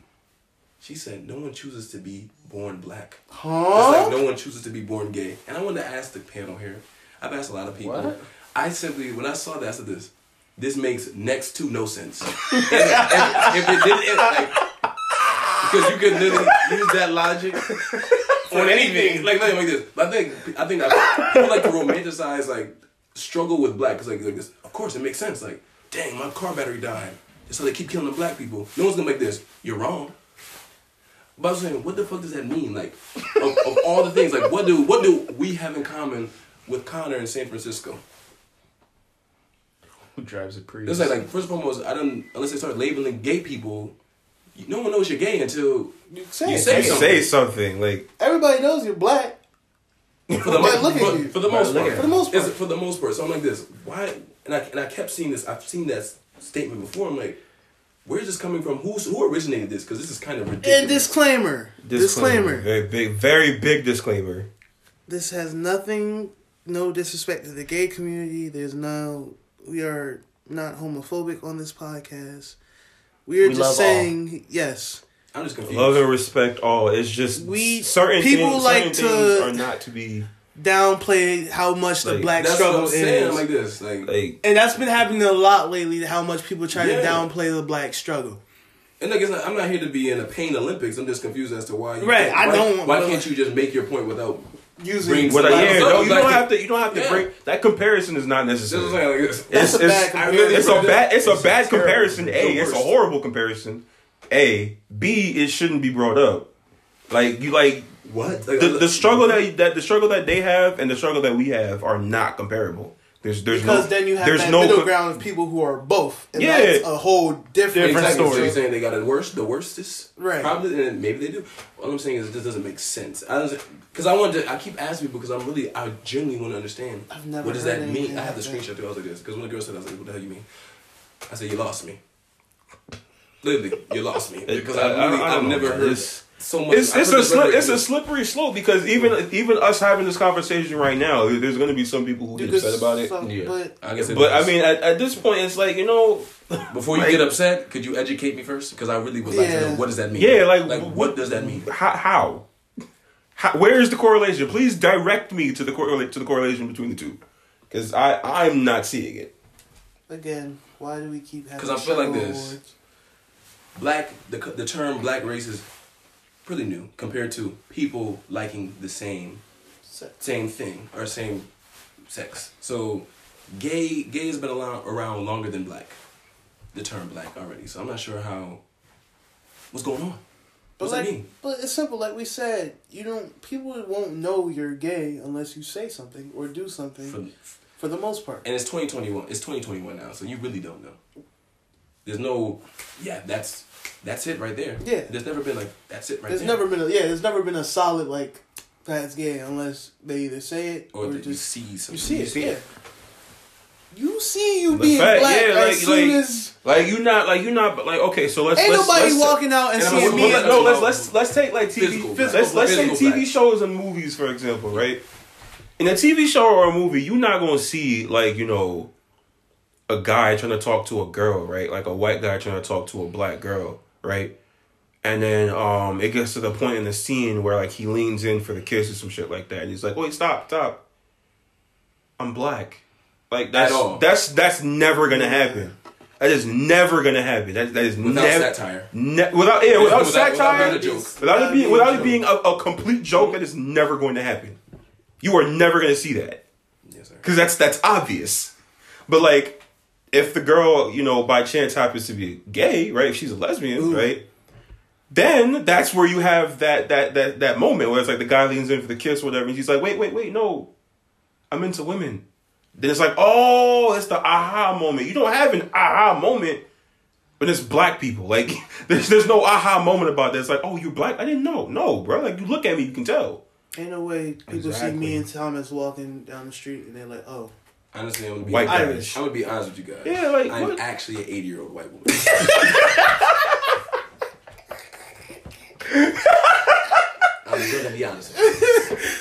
D: She said, no one chooses to be born black.
A: Huh?
D: It's like no one chooses to be born gay. And I wanted to ask the panel here. I've asked a lot of people.
C: What?
D: I simply, when I saw that, I said this. This makes next to no sense. if, if it did, if, like, because you could literally use that logic on anything. Like, nothing like this. But I think, I think I, people like to romanticize like struggle with black because like, like this. Of course, it makes sense. Like, dang, my car battery died. So they keep killing the black people. No one's gonna make this. You're wrong. But I'm saying, what the fuck does that mean? Like, of, of all the things, like, what do what do we have in common with Connor in San Francisco?
C: Who drives a Prius?
D: It's like, like first and foremost, I don't unless they start labeling gay people. you- No one knows you're gay until
A: You say,
D: You
A: it.
D: say
B: you say something like
A: Everybody knows you're black.
D: for the,
A: Right,
D: most,
A: look at
D: for,
A: you.
D: for the most
C: look
D: part.
C: at
A: For the most
D: It's-
A: part.
D: for the most part. So I'm like this. Why? And I and I kept seeing this. I've seen that statement before. I'm like, where's this coming from? Who's who originated this? Because this is kind of ridiculous.
A: And disclaimer.
B: disclaimer,
A: disclaimer.
B: very big, very big disclaimer.
A: this has nothing no disrespect to the gay community there's no we are not homophobic on this podcast we are
C: We love all.
A: just saying yes
D: I'm just confused.
B: Love and respect all. It's just
A: We-
B: certain
A: people
B: things,
A: like
B: certain
A: to-
B: things are not to be
A: downplay how much the
B: Like,
A: black
D: That's what
A: struggle
D: I'm saying.
A: is
D: I'm like this. Like,
B: like
A: and that's been happening a lot lately how much people try to
D: Yeah.
A: downplay the black struggle
D: And like, it's not, I'm not here to be in a pain Olympics. I'm just confused as to why. You
A: Right, I
D: why,
A: don't-
D: Why can't you just make your point without?
A: using
D: Brings
B: what I
D: Like,
B: hear.
D: so
B: No,
D: it's
B: you don't
D: like-
B: have to. You don't have to
D: Yeah.
B: bring that comparison is not
D: This
B: necessary.
D: is like, like this.
A: That's
B: it's
A: a
B: it's,
A: bad
B: I really- it's a
D: comparison.
B: bad it's a
D: It's
B: bad
D: terrible.
B: comparison.
D: It's
B: A
D: the
B: it's a
D: worst.
B: horrible comparison. A B it shouldn't be brought up. Like you like
D: what
B: the, the struggle that that the struggle that they have and the struggle that we have are not comparable. There's there's
A: because
B: no,
A: then you have
B: there's
A: that
B: no
A: middle
B: co-
A: ground of people who are both and
B: Yeah.
A: that's a whole different,
D: Exactly.
A: different
B: Different
D: So
A: story
D: you're saying they got the worst, the worstest,
A: Right.
D: Probably, and maybe they do. All I'm saying is this doesn't make sense. I because I wanted to. I keep asking people because I'm really, I genuinely want to understand.
A: I've never
D: what does
A: heard
D: that
A: anything
D: mean? I have the
A: like
D: screenshot too. I was like this because when the girl said, that, I was like, "What the hell you mean?" I said, "You lost me." Literally, you lost me because I,
B: I- I-
D: really,
B: I
D: I've
B: don't know,
D: never
B: man.
D: heard
B: It's-
D: so much.
B: It's,
D: I've
B: it's
D: heard
B: a
D: this
B: sli-
D: rhetoric
B: it's a
D: before.
B: slippery slope because even even us having this conversation right now, there's going to be some people who get
A: Because
B: upset about it.
A: some-
C: Yeah.
A: but
D: I guess it
B: But I
D: is.
B: mean, at, at this point, it's like you know,
D: Before you
B: Like-
D: get upset, could you educate me first? Because I really would like
A: Yeah.
D: to know what does that mean.
B: Yeah, like,
D: like
B: wh-
D: what does that mean?
B: how, how? how where is the correlation? Please direct me to the correlate to the correlation between the two, because I I'm not seeing it.
A: again Why do we keep having?
D: 'Cause I feel like
A: show
D: this. black the, the term black race is pretty new compared to people liking the same
A: Sex.
D: same thing or same sex so gay gay has been around, around longer than black the term black already so i'm not sure how what's going on
A: But
D: what's
A: like,
D: that mean
A: but it's simple. Like we said, you don't. People won't know you're gay unless you say something or do something. For,
D: For-
A: the most part,
D: and it's 2021 it's 2021 now so you really don't know there's no yeah that's that's it right there
A: Yeah.
D: there's never been like that's it right
A: there's
D: there
A: never been a yeah. There's never been a solid like that's gay unless they either say it or,
D: or that you
A: just
D: see
A: you
D: something
A: see it.
C: see
A: yeah.
C: it.
A: You see you
B: The
A: being
B: fact-
A: black
B: yeah, like-
A: as soon
B: like-
A: as
B: Like you not like you not but like okay so let's
A: ain't
B: let's,
A: nobody
B: let's
A: walking out and
D: and I'm
A: seeing
D: a-
A: me.
D: I'm
A: as-
D: a-
B: no, let's let's let's take like TV
D: Physical black.
B: let's let's
D: Physical
B: take TV
D: black.
B: shows and movies for example, right? In a TV show or a movie, you're not gonna see like you know a guy trying to talk to a girl, right? Like a white guy trying to talk to a black girl, right? And then um it gets to the point in the scene where like he leans in for the kiss or some shit like that, and he's like, "Wait, stop, stop! I'm black." Like that's
D: all.
B: that's that's never gonna happen. That is never gonna happen. That that is
D: without
B: nev-
D: satire
B: Ne- without yeah, without,
D: Without- without
B: satire,
D: being a joke.
B: without it being without it
A: a
B: being
A: joke.
B: a, a complete joke, that is never going to happen. You are never going to see that
D: yes sir
B: because that's that's obvious. But like, if the girl, you know, by chance happens to be gay, right? If she's a lesbian, right? Then that's where you have that that that that moment where it's like the guy leans in for the kiss, or whatever, and she's like, "Wait, wait, wait, no, I'm into women." Then it's like, "Oh, it's the aha moment." You don't have an aha moment when it's black people. Like, there's there's no aha moment about this. Like, "Oh, you're black? I didn't know." No, bro. Like, you look at me, you can tell.
A: Ain't no way people see
B: Exactly.
A: me and Thomas walking down the street and they're like, oh.
D: Honestly, I'm gonna be
B: White guy.
A: Irish.
D: I'm gonna be honest with you guys.
B: Yeah, like,
D: I'm
B: what?
D: actually an 80 year old white woman. I'm gonna be honest. With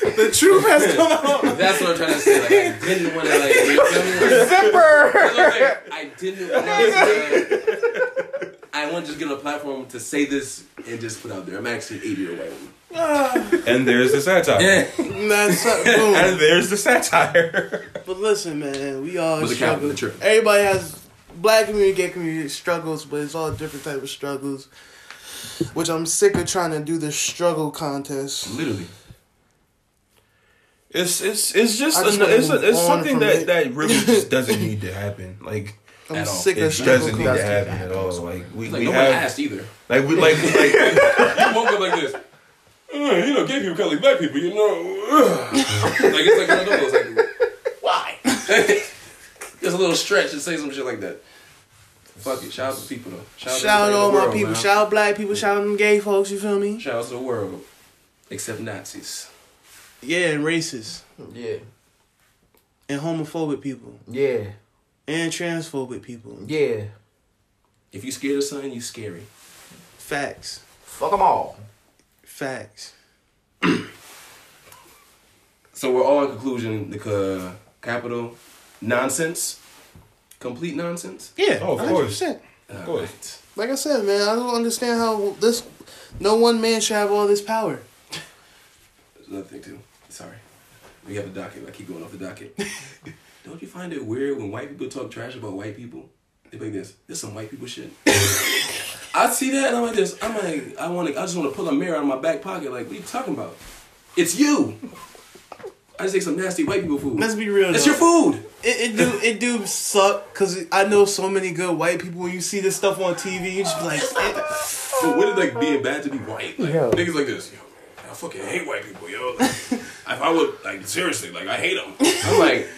D: you.
A: The truth has come out.
D: That's what I'm trying to say. Like, I didn't want to like. you know what
C: Zipper.
D: I mean? Like, I didn't want to. I want to just get on a platform to say this and just put out there. I'm actually an 80 year old white woman.
B: And there's the satire.
A: That's up, boom.
B: And there's the satire.
A: But listen, man, we all
D: Was a cap
A: struggle.
D: on the trip.
A: Everybody has black community, gay community struggles, but it's all different type of struggles. Which I'm sick of trying to do this struggle contest.
D: Literally.
B: It's it's it's just
A: I just
B: an-
A: wanna
B: it's,
A: move
B: a, it's
A: on
B: something
A: from
B: that
A: it.
B: that really just doesn't need to happen. Like
A: I'm
D: At all.
A: sick
B: it
A: of struggle
B: doesn't need to
A: contest.
B: happen at all. Like we,
D: It's like
B: we
D: no one
B: have
D: asked either.
B: like we like, like
D: You woke up like this. "Mm, you know, gay people kind of like black people, you know. Ugh." like it's like one of those. Like, why? it's a little stretch to say some shit like that. Fuck it. Shout out to people though. Shout,
A: Shout out to
D: to
A: all
D: everybody in the
A: my
D: world,
A: people.
D: man.
A: Shout out black people. Shout out them gay folks. You feel me?
D: Shout out to the world, except Nazis.
A: Yeah, and racist
C: Yeah.
A: and homophobic people
C: Yeah.
A: and transphobic people.
C: Yeah.
D: If you scared of something, you scary.
A: Facts.
C: Fuck them all.
A: Facts.
D: So we're all in conclusion. The ca- capital nonsense, complete nonsense.
A: Yeah.
B: Oh, of course.
A: 100%.
D: Of
B: course.
A: Like I said, man, I don't understand how this. No one man should have all this power.
D: There's another thing too. Sorry. We have a docket. I keep going off the docket. Don't you find it weird when white people talk trash about white people? They be like this. This some white people shit. I see that and I'm like this. I'm like I want to. I just want to pull a mirror out of my back pocket. Like what are you talking about? It's you. I just ate some nasty white people food.
A: Let's be real.
D: It's
A: though.
D: your food.
A: It, it do it do suck because I know so many good white people. When you see this stuff on TV, you just be like,
D: But what is like being bad to be white? Like
C: Yo.
D: niggas like this. Yo, man, I fucking hate white people, yo. Like, if I would like seriously, like I hate them. I'm like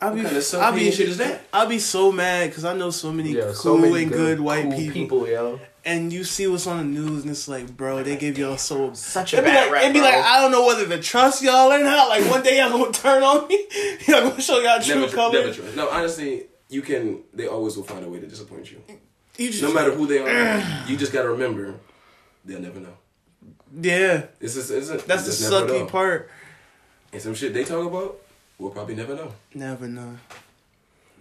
A: I'll be
D: kind of
A: I'll be
D: self-hating shit is that?
A: I'll be so mad because I know so many
C: Yeah,
A: cool
C: so many
A: and good, white
C: cool
A: people,
C: yo.
A: and you see what's on the news, and it's like, bro, they give y'all so.
C: Such a
A: It'd be,
C: bad
A: like,
C: rap,
A: it'd be
C: bro.
A: like I don't know whether to trust y'all or not. Like one day y'all gonna turn on me. y'all gonna show y'all true
D: never,
A: color.
D: never trust. No, honestly, you can. They always will find a way to disappoint you.
A: You just,
D: No matter who they are, you just gotta remember, they'll never know.
A: yeah,
D: This is isn't.
A: that's the sucky part.
D: And some shit they talk about, we'll probably never know.
A: Never know.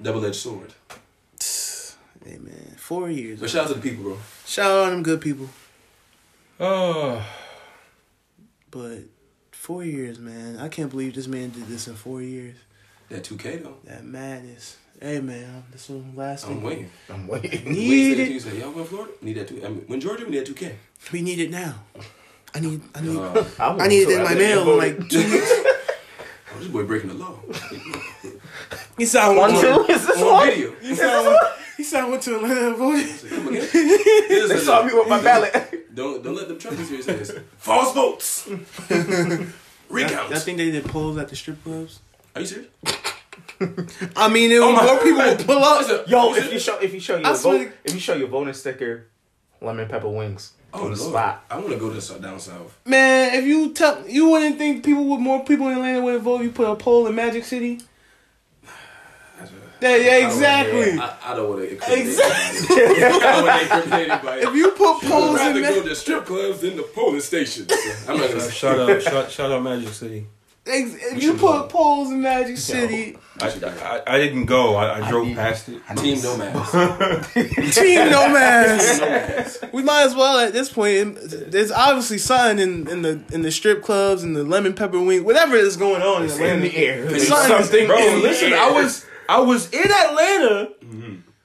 D: Double edged sword.
A: Hey man, four years.
D: So shout out to the people, bro.
A: Shout out to them good people.
B: oh
A: But four years, man. I can't believe this man did this in four years.
D: That 2K though.
A: That madness. Hey man, this was the last
D: I'm
A: thing.
D: waiting.
C: I'm waiting.
A: Need
D: Wednesday,
A: it.
D: Tuesday. Y'all going to Florida? Need that two. I mean, when Georgia, we need that 2K.
A: We need it now. I need. I need.
D: Uh,
C: I'm
A: I need it in my mail. in, Like two weeks.
D: oh, this boy breaking the law.
A: He said I
C: One,
A: went to.
C: two? Is this
D: On
C: one?
D: video.
A: He said I went. He said I went to Atlanta and voted.
D: Come again. Here's
C: They
D: the-
C: saw me with my ballot.
D: Don't don't let them Trumpies hear you say this. False votes.
A: Y'all y'all
D: Recounts.
A: think they did polls at the strip clubs?
D: Are you serious?
A: I mean, it was
D: Oh my-
A: more people would pull up.
D: Listen,
C: Yo, if you show if you show
A: I
C: your
A: swear
C: vote
A: to-
C: if you show your voting sticker, lemon pepper wings
D: Oh,
C: on the
D: Lord.
C: spot.
D: I want to go to the, down south.
A: Man, if you tell you wouldn't think people with more people in Atlanta would vote. if You put a poll in Magic City. Yeah, yeah, exactly.
D: I, I don't want to incriminate
A: Exactly.
D: anybody. I don't want to incriminate anybody.
A: If you put
D: I'd
A: polls
D: rather
A: in,
D: go
A: Ma-
D: to strip clubs than the polling stations. I'm not gonna say.
B: Uh, Shout out, shout, shout out, Magic City.
A: ex- if you put polls in Magic City,
B: I, I, I didn't go. I, I drove
C: need-
B: past it.
D: Team Nomads.
A: Team Nomads. we might as well at this point. There's obviously something in, in the in the strip clubs and the lemon pepper wing, whatever is going on in
C: In
A: Atlanta.
C: the air.
D: It's
A: something-
B: Bro,
A: in the
B: listen,
A: air.
B: I was I was in Atlanta,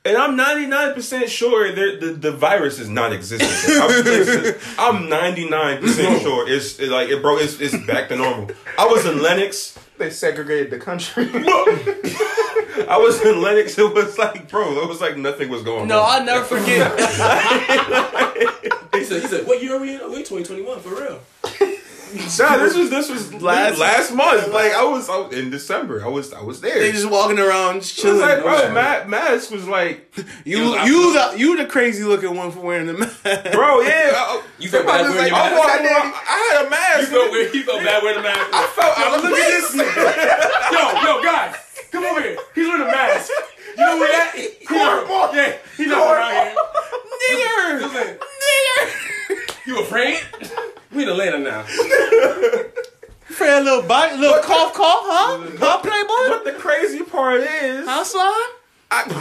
B: and I'm 99 percent sure there- the the virus is non-existent. I'm- listen, I'm 99 percent sure it's it like it, bro. It's it's back to normal. I was in Lennox.
C: They segregated the country.
B: I was in Lennox. It was like, bro, it was like nothing was going
A: No,
B: on.
A: I'll never forget.
D: He said, he said, what year are we in? Oh, we 2021 for real.
B: Nah, this was this was
A: Last-
B: last last month. Like I was, I was in December. I was I was there.
A: they just walking around
B: I was
A: chilling.
B: like, bro,
D: Chilling.
B: Ma- Mask was like,
A: you you the you the crazy looking one for wearing the mask.
B: bro, yeah. I,
D: You felt bad
B: was like,
D: wearing your
B: I'm
D: mask.
B: walking around- I had a mask.
D: You felt weird. He felt bad wearing a mask.
B: I felt. I look at this. nigga.
D: Yo, yo, guys, come over here. He's wearing a mask. You know where that? Cornball. Yeah, he's not around here.
A: Nigger,
D: Listen,
A: nigger.
D: You afraid? We in Atlanta now.
A: Fred, a little bite, little cough, cough, huh? Huh, playboy?
B: But the crazy part is,
A: Huh, slime?
B: I,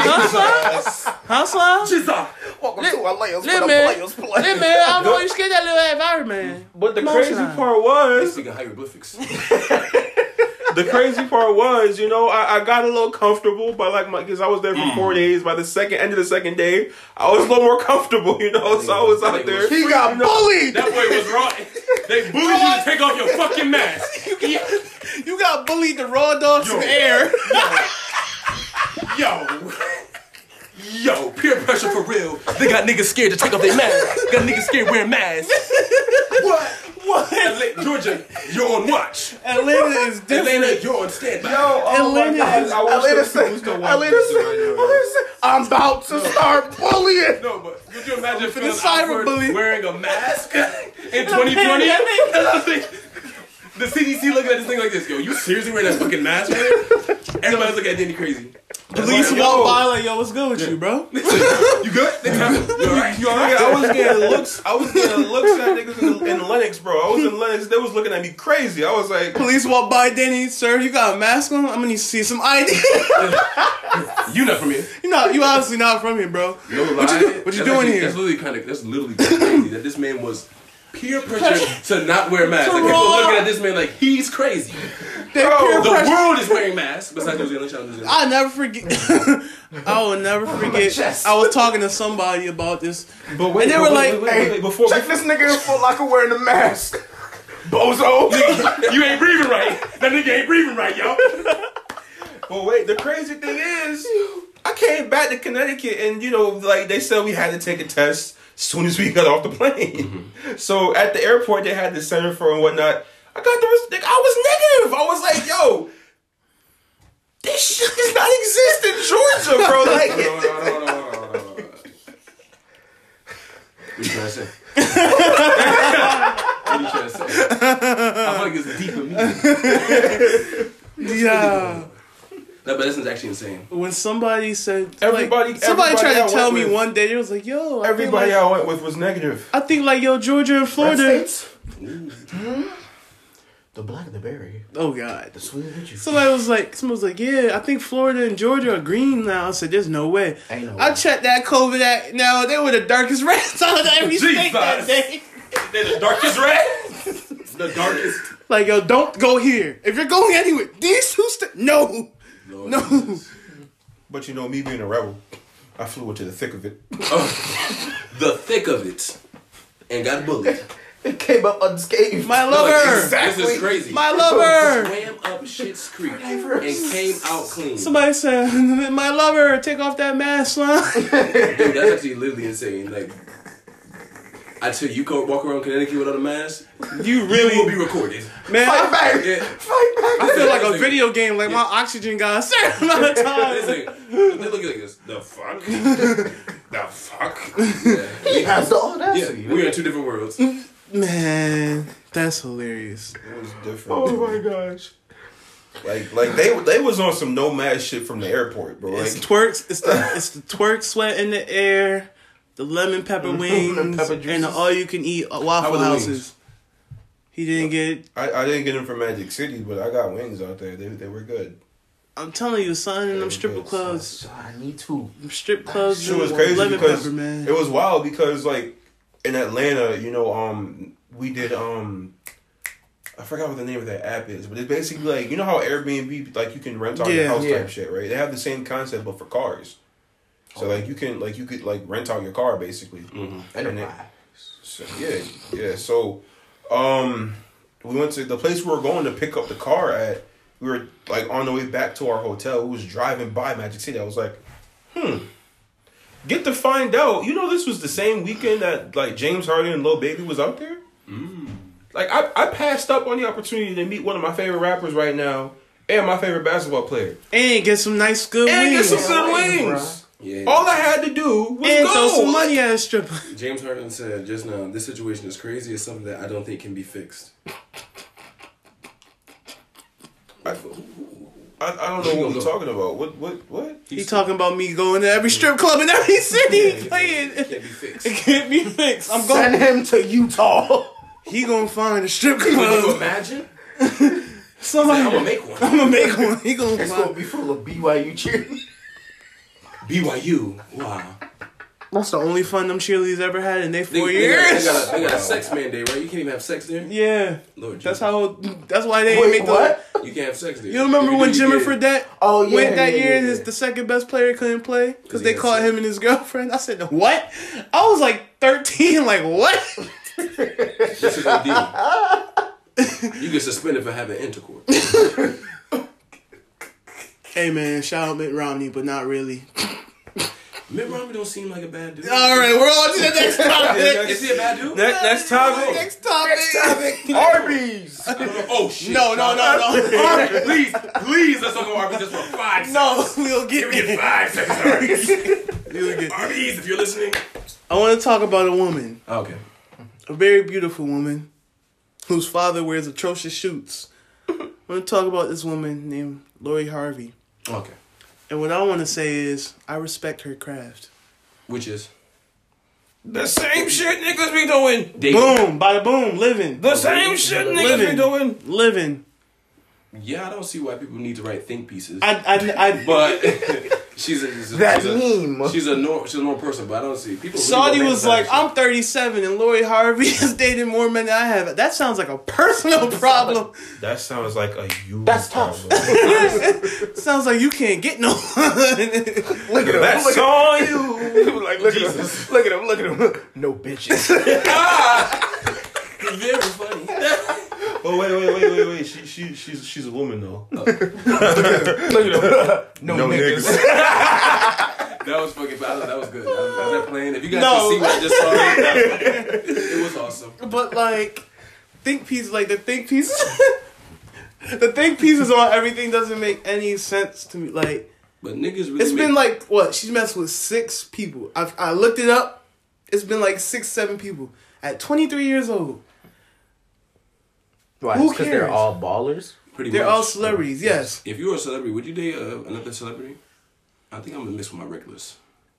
A: Huh, slime? Huh, slime?
C: Welcome to our layers
A: Little man, little man, I don't know you scared that little advice, man.
B: but the
A: Come on,
B: crazy
A: Sly.
B: part was,
D: Speaking hieroglyphics.
B: the crazy part was, you know, I, I got a little comfortable, by like, my because I was there for four days. By the second end of the second day, I was a little more comfortable, you know. So I was out there.
A: He got bullied.
D: That boy was raw. They bullied you to take off your fucking mask.
A: You got bullied the raw dogs in the air.
D: Yo. Yo, peer pressure for real. They got niggas scared to take off their mask. Got niggas scared wearing masks.
A: What? What?
D: Atla- Georgia, you're on watch.
A: Atlanta is different.
D: Atlanta, you're on standby.
B: oh
A: Atlanta
B: God,
A: is-
B: I wish
C: Atlanta
B: those people
C: said-
B: still watch
C: Atlanta
B: this
C: said-
B: right now.
C: Atlanta said, I'm about to start bullying.
D: No, but could you imagine feeling
A: the cyber
D: awkward
A: bully.
D: wearing a mask in 2020? the CDC looking at this thing like this, yo, you seriously wearing that fucking mask? man? Everybody's looking at Danny crazy.
A: Police walk by like, yo, what's good with you, bro?
D: You good? They tap him. You alright? You
B: Nigga,
D: alright?
B: I was getting looks. I was getting looks at niggas in, in Lennox, bro. I was in Lennox. They was looking at me crazy. I was like,
A: Police walk by, Danny, sir, you got a mask on? I'm gonna need to see some ID.
D: You not from here.
A: you know, you obviously not from here, bro.
D: No lie.
A: What you do- what you
D: That's
A: doing
D: actually-
A: here?
D: That's literally kind of. That's literally kinda crazy that this man was peer pressure to not wear masks. Like people
A: raw.
D: looking at this man like he's crazy.
A: They
B: Bro,
A: peer
D: The
A: pressure-
D: world is wearing masks. Besides New Zealand, shout out New Zealand.
A: I'll never forget. I will never forget.
C: chest.
A: I was talking to somebody about this.
B: but wait,
A: And they
B: but
A: were like,
B: wait, wait, wait,
C: hey,
B: wait, before,
C: Check this nigga in Foot Locker wearing a mask. Bozo.
D: you ain't breathing right. That nigga ain't breathing right, yo.
B: Well, wait. The crazy thing is, I came back to Connecticut, and you know, like they said, we had to take a test as soon as we got off the plane.
D: Mm-hmm.
B: So at the airport, they had the center for and whatnot. I got the. res- Like, I was negative. I was like, yo. This shit does not exist in Georgia, bro. Like,
D: Hold on, hold on, hold on, hold on, hold on. What you trying to say? what you trying to say? I feel like it's deep in me. No,
A: Yeah.
D: but this is actually insane.
A: When somebody said, like,
B: Everybody-
A: somebody
B: everybody
A: tried
B: I
A: to tell
B: went
A: me
B: with-
A: one day, they was like, yo, I
B: everybody
A: Think like,
B: I went with was negative.
A: I think like yo, Georgia and Florida.
C: The black, the berry,
A: Oh God.
C: the sweet bitch.
A: Somebody was like, somebody was like, yeah, I think Florida and Georgia are green now. I said, there's no way.
C: Ain't no
A: I
C: way.
A: checked that COVID act. Now they were the darkest reds out of every state that
D: Jesus.
A: day.
D: They're the darkest red. the darkest.
A: Like yo, don't go here. If you're going anywhere, these two sta- no,
D: Lord
A: no,
D: Jesus.
B: But you know, me being a rebel, I flew into the thick of it.
D: the thick of it, and got bullied.
C: It came up unscathed.
A: My
D: Look,
A: lover!
D: This is crazy.
A: My lover!
D: swam up Shit's Creek and came out clean.
A: Somebody said, "My lover, take off that mask, son."
D: Dude, that's actually literally insane. Like, I tell you, you go walk around Connecticut without a mask,
A: You
D: it will
A: really,
D: be recorded.
A: man.
C: Fight
A: I
C: back!
D: Yeah.
C: Fight back!
A: I feel like a video game. Like my oxygen got a certain amount of time.
D: They look at it like this. The fuck?
B: The fuck?
D: Yeah.
C: He has the
D: Yeah,
C: audacity.
D: we're in two different worlds. It
A: Man, that's hilarious.
B: It was different.
C: Oh my gosh.
B: Like, like they they was on some nomad shit from the airport, bro. Like,
A: It's twerks. It's the it's the twerk sweat in the air, the lemon pepper wings,
C: Lemon pepper
A: and the
C: juices.
A: all you can eat
D: How
A: waffle
D: were the wings?
A: houses. He didn't get.
B: I, I didn't get them from Magic City, but I got wings out there. They they were good.
A: I'm telling you, son, in them stripper
B: good,
A: clubs,
C: So I need to.
A: them strip clubs,
B: Shit
A: and
B: was crazy
A: lemon
B: because
A: pepper, man.
B: it was wild because like in Atlanta, you know, um, we did um, I forgot what the name of that app is, but it's basically like you know how Airbnb like you can rent out your
A: Yeah.
B: house
C: Yeah.
B: type shit, right? They have the same concept but for cars. So like you can like you could like rent out your car basically. And it-
C: Enterprise.
B: So, yeah, yeah. So, um, we went to the place we were going to pick up the car at. We were like on the way back to our hotel. We was driving by Magic City. I was like, hmm. Get to find out. You know, this was the same weekend that like James Harden and Lil Baby was out there. Like I, I passed up on the opportunity to meet one of my favorite rappers right now and my favorite basketball player
A: and get some nice good
B: and get
A: wings.
B: some good
C: wings,
B: wings.
D: Yeah.
B: All I had to do was
A: and
B: go.
A: throw some money at a stripper.
D: James Harden said just now, this situation is crazy. It's something that I don't think can be fixed.
B: I, I don't know what we're talking about. What what what?
A: He talking about me going to every strip club in every city
D: It
A: playing.
D: can't be
A: It
D: fixed.
A: can't be fixed. I'm
C: Send
A: going.
C: him to Utah.
A: He gonna find a strip
D: Can you
A: club.
D: imagine?
A: Somebody.
D: I'm gonna make one.
A: I'm gonna make one. He gonna
C: It's gonna
A: find.
C: be full of BYU cheering.
D: BYU. Wow.
A: That's the only fun them cheerleaders ever had in their
D: They,
A: four
D: they got, they,
A: years.
D: got a, they got a sex mandate, right? You can't even have sex there.
A: yeah,
D: Lord,
A: that's
D: Jesus.
A: how. That's why they ain't
C: Wait,
A: make the.
C: what?
D: you can't have sex there.
A: You remember
D: If
A: when
D: do,
A: Jimmy
D: you get it.
A: Fredette
C: Oh, yeah,
A: went that
C: yeah,
A: year
C: yeah,
A: and
C: yeah.
A: is the second best player couldn't play because
D: he
A: they
D: had
A: caught
D: sex.
A: him and his girlfriend? I said what? I was like thirteen. Like what?
D: This is OD. you get suspended for having intercourse.
A: hey man, shout out Mitt Romney, but not really.
D: Mitt Romney don't seem like a bad dude.
A: All right, we're on to the next topic.
D: Is he a bad dude?
B: Next, next topic.
A: next topic.
C: Arby's!
D: Oh shit!
A: No, no, no, no.
D: Arby's, please, please, let's talk about Arby's just for five. seconds.
A: No, we'll get
D: Give me
A: it.
D: five seconds, Arby's.
A: We'll get it.
D: Arby's, if you're listening.
A: I want to talk about a woman.
D: Okay.
A: a very beautiful woman whose father wears atrocious suits. I want to talk about this woman named Lori Harvey.
D: Okay.
A: And what I want to say is, I respect her craft.
D: Which is
B: The same shit niggas be doing.
D: dating.
A: Boom, bada boom, living,
B: The same shit niggas
A: Living.
B: be doing.
A: living.
D: Yeah, I don't see why people need to write think pieces.
A: I, I, I.
D: but she's a, she's a
C: That
D: she's a,
C: meme.
D: She's a normal, she's a normal person, but I don't see people. really
A: Saudi was
D: romanticize
A: like,
D: shit.
A: I'm 37 and Lori Harvey has dated more men than I have. That sounds like a personal problem.
B: That sounds like a you.
C: That's tough.
B: problem.
A: sounds like you can't get no one.
C: Look at him.
B: That's
C: Look at
B: on you.
C: him. Like, look, at him. look at him. Look at him. No bitches.
D: very funny.
B: Oh wait, wait, wait, wait, wait. She, she, she's, she's a woman though.
C: look at him. No,
B: No
C: niggas.
B: niggas.
D: That was fucking. I thought that was good. Was, was that playing? If you guys
A: No.
D: could see what I just saw, that was- it was awesome.
A: But like, think pieces, like the think pieces, the think pieces on everything doesn't make any sense to me. Like,
D: But niggas really.
A: it's
D: make-
A: been like what she's messed with six people. I I looked it up. It's been like six, seven people at 23 years old.
C: Why?
A: Who
C: Because they're
A: cares?
C: all ballers.
D: pretty.
A: They're
D: much.
A: all celebrities. Yes,
D: If you're a celebrity, would you date uh, another celebrity? I think I'm gonna miss with my regulars.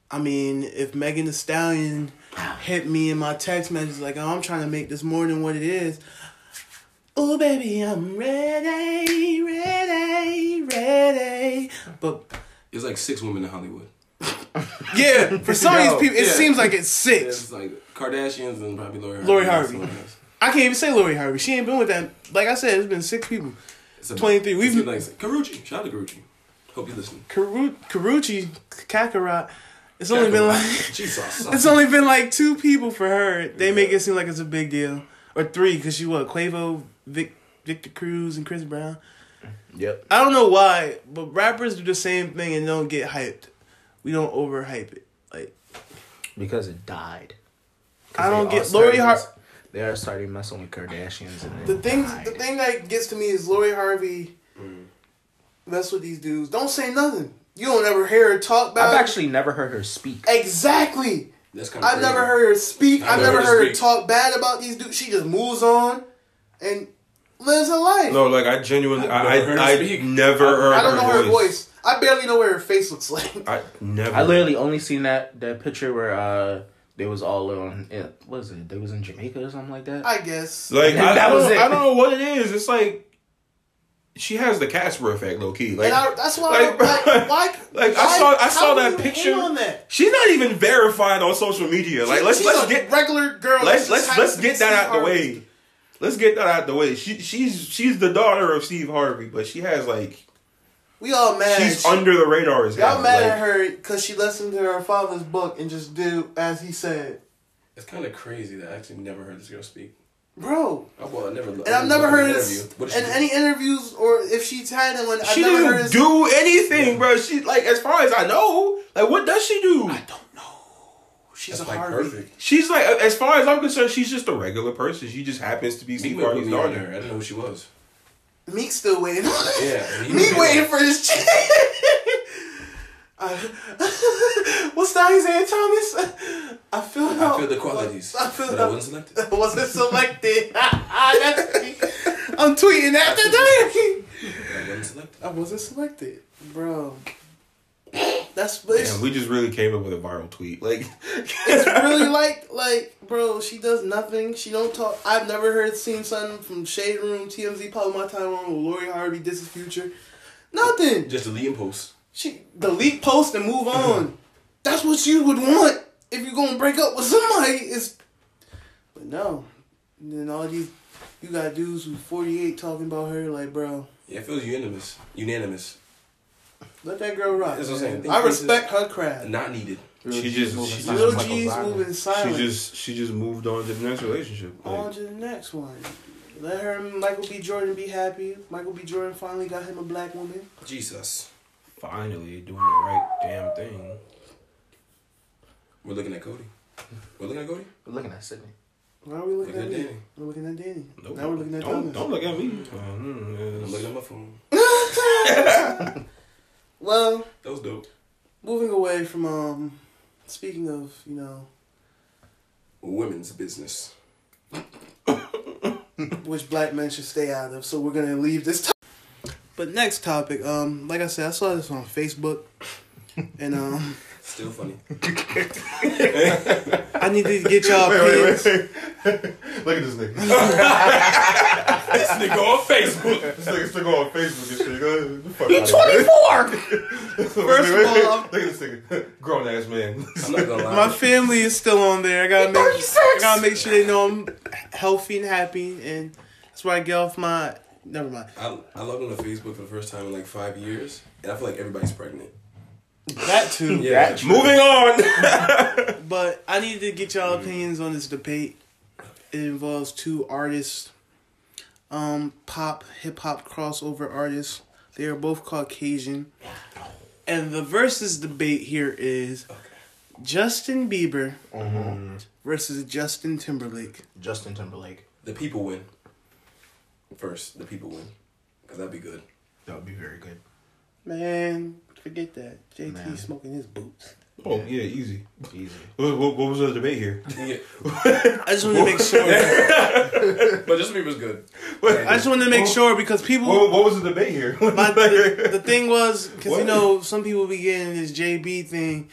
A: I mean, if Megan The Stallion hit me in my text message like, "Oh, I'm trying to make this more than what it is." Oh baby, I'm ready, ready, ready. But
D: It's like six women in Hollywood.
A: Yeah, for some of
C: Yo,
A: these people, it
D: yeah.
A: seems like it's
D: It's
A: six.
D: like Kardashians and probably Lori. Harvey.
A: Lori
D: and
A: Harvey.
D: someone else.
A: I can't even say Lori Harvey. She ain't been with that. Like I said, it's been six people.
D: It's a-
A: 23.
D: it
A: We've-
D: seems like Karuchi. Shout out to Karuchi. Hope you listen.
A: Karu- Karuchi Kakarot. It's only been like
D: Jesus.
A: it's only been like two people for her. They make it seem like it's a big deal, or three because she what Quavo, Vic, Victor Cruz, and Chris Brown.
C: Yep.
A: I don't know why, but rappers do the same thing and don't get hyped. We don't overhype it. Like
C: Because it died. 'Cause
A: I
C: they
A: don't
C: all
A: get Lori
C: started
A: Har.
C: mess- They are starting messing with Kardashians and
A: The
C: it
A: thing,
C: died.
A: the thing that gets to me is Lori Harvey.
B: Mm-hmm.
A: Mess with these dudes. Don't say nothing. You don't ever hear her talk about.
C: I've
A: it.
C: actually never heard her speak.
A: Exactly.
D: That's kind of
A: I've never heard her speak. I've, never, heard her
D: speak.
A: talk bad about these dudes. She just moves on and lives her life.
B: No, like I genuinely,
D: I've
B: I,
D: never heard her
B: I, I
D: speak.
B: never heard.
A: I don't know her voice.
B: voice.
A: I barely know what her face looks like.
B: I never.
C: I literally only seen that that picture where uh they was all on yeah, what is it? They was in Jamaica or something like that.
A: I guess.
B: like. I,
C: That
B: don't,
C: was it.
B: I don't know what it is. It's like she has the Casper effect, low key. Like
A: and I, that's why.
B: like-
A: I, like, why?
B: like, I
A: why-
B: saw- I
A: how
B: saw
A: do
B: that
A: you hate
B: picture.
A: On that?
B: she's not even verified on social media. Like let's
A: She's
B: let's
A: a
B: get
A: regular girl.
B: let's
A: that
B: let's
A: just
B: let's
A: happens to
B: get
A: be
B: that out the
A: Harvey.
B: way. Let's get that out the way. She she's she's the daughter of Steve Harvey, but she has like
A: We all mad. at
B: she's
A: you.
B: under the radar as hell.
A: Y'all mad
B: like,
A: at her because she listened to her father's book and just did as he said,
D: It's kind of crazy that I actually never heard this girl speak.
A: bro.
D: Oh, well, I never. And
A: And I've never heard of this
D: What
A: in
D: did she do?
A: any interviews or if she's had one. I've
B: She
A: never
B: didn't
A: heard this.
B: do anything, bro. She like as far as I know, like what does she do?
A: I don't know. She's
D: That's
A: a
D: like
A: Harvey.
D: perfect.
B: She's like as far as I'm concerned, she's just a regular person. She just happens to be
D: He
B: Steve
D: went with
B: Harvey's
D: me on her. I
B: daughter.
D: didn't know who she was.
A: Meek still waiting.
D: Yeah, he
A: Meek
D: was-
A: waiting for his check. I- What's that he's saying, Thomas? I feel.
D: I feel the qualities,
A: I feel
D: but
A: no-
D: I wasn't selected.
A: wasn't selected. That's me. I'm tweeting that today.
D: I wasn't selected.
A: I wasn't selected, bro. That's but it's,
B: Damn, we just really came up with a viral tweet. Like
A: it's really like like bro. She does nothing. She don't talk. I've never heard seen something from Shade Room, TMZ, Pablo My Time on Lori Harvey, This Is Future. Nothing.
D: Just deleting posts.
A: She delete post and move on. That's what you would want if you're gonna break up with somebody. Is but no. And then all these you got dudes who's 48 talking about her like, bro,
D: Yeah, it feels unanimous. Unanimous.
A: let that girl rock.
D: That's what I'm
A: man.
D: saying.
A: I respect her craft.
D: Not needed.
B: she just she
C: She's
A: Lil
C: Michael
A: G's
C: Zion.
A: moving
B: she
A: silent.
B: just she just moved on to the next relationship.
A: on
B: Like,
A: to the next one. Let her and Michael B. Jordan be happy. Michael B. Jordan finally got him a black woman.
D: Jesus.
B: finally doing the right damn thing.
D: We're looking at Cody. We're looking at Cody.
C: We're looking at Sydney.
A: Why are we looking
D: Looking
A: at
D: at
A: me?
D: Danny.
A: We're looking at Danny.
B: Nope.
A: Now we're looking at
B: don't
A: Thomas.
B: don't look at me. Um,
D: I'm
B: yes.
D: looking at my phone.
A: Well,
D: That was dope.
A: Moving away from um, speaking of you know
D: Women's business.
A: which black men should stay out of, so we're gonna leave this. To- but next topic, um, like I said, I saw this on Facebook, and um,
D: Still funny.
A: I need to get y'all opinions.
B: Look at this nigga.
D: this nigga on Facebook.
B: This nigga still going on Facebook and shit. Go- the fuck outta here. First
A: of all, I'm-
B: look at this nigga, grown ass man.
D: I'm not gonna lie.
A: My family is still on there. I gotta make, I gotta make sure they know I'm healthy and happy, and that's why I get off my. Never mind.
D: I, I logged onto Facebook for the first time in like five years, and I feel like everybody's pregnant.
A: That too.
D: Yeah.
B: Moving on.
A: But I need to get y'all opinions on this debate. It involves two artists, um, pop hip hop crossover artists. They are both Caucasian, and the versus debate here is Justin Bieber Mm-hmm. versus Justin Timberlake.
C: Justin Timberlake.
D: The people win. First, the people win. Because that'd be good.
C: That would be very good.
A: Man, forget that. JT
C: Man.
A: smoking his boots.
B: Oh yeah, easy.
C: Easy.
B: What, what, what was the debate here?
D: Yeah.
A: I just want to make sure.
D: But Justin Bieber's good.
A: I just want to make sure because people.
B: What, what was the debate here?
A: My, the, the thing was, because you
B: What?
A: know, some people be getting this JB thing,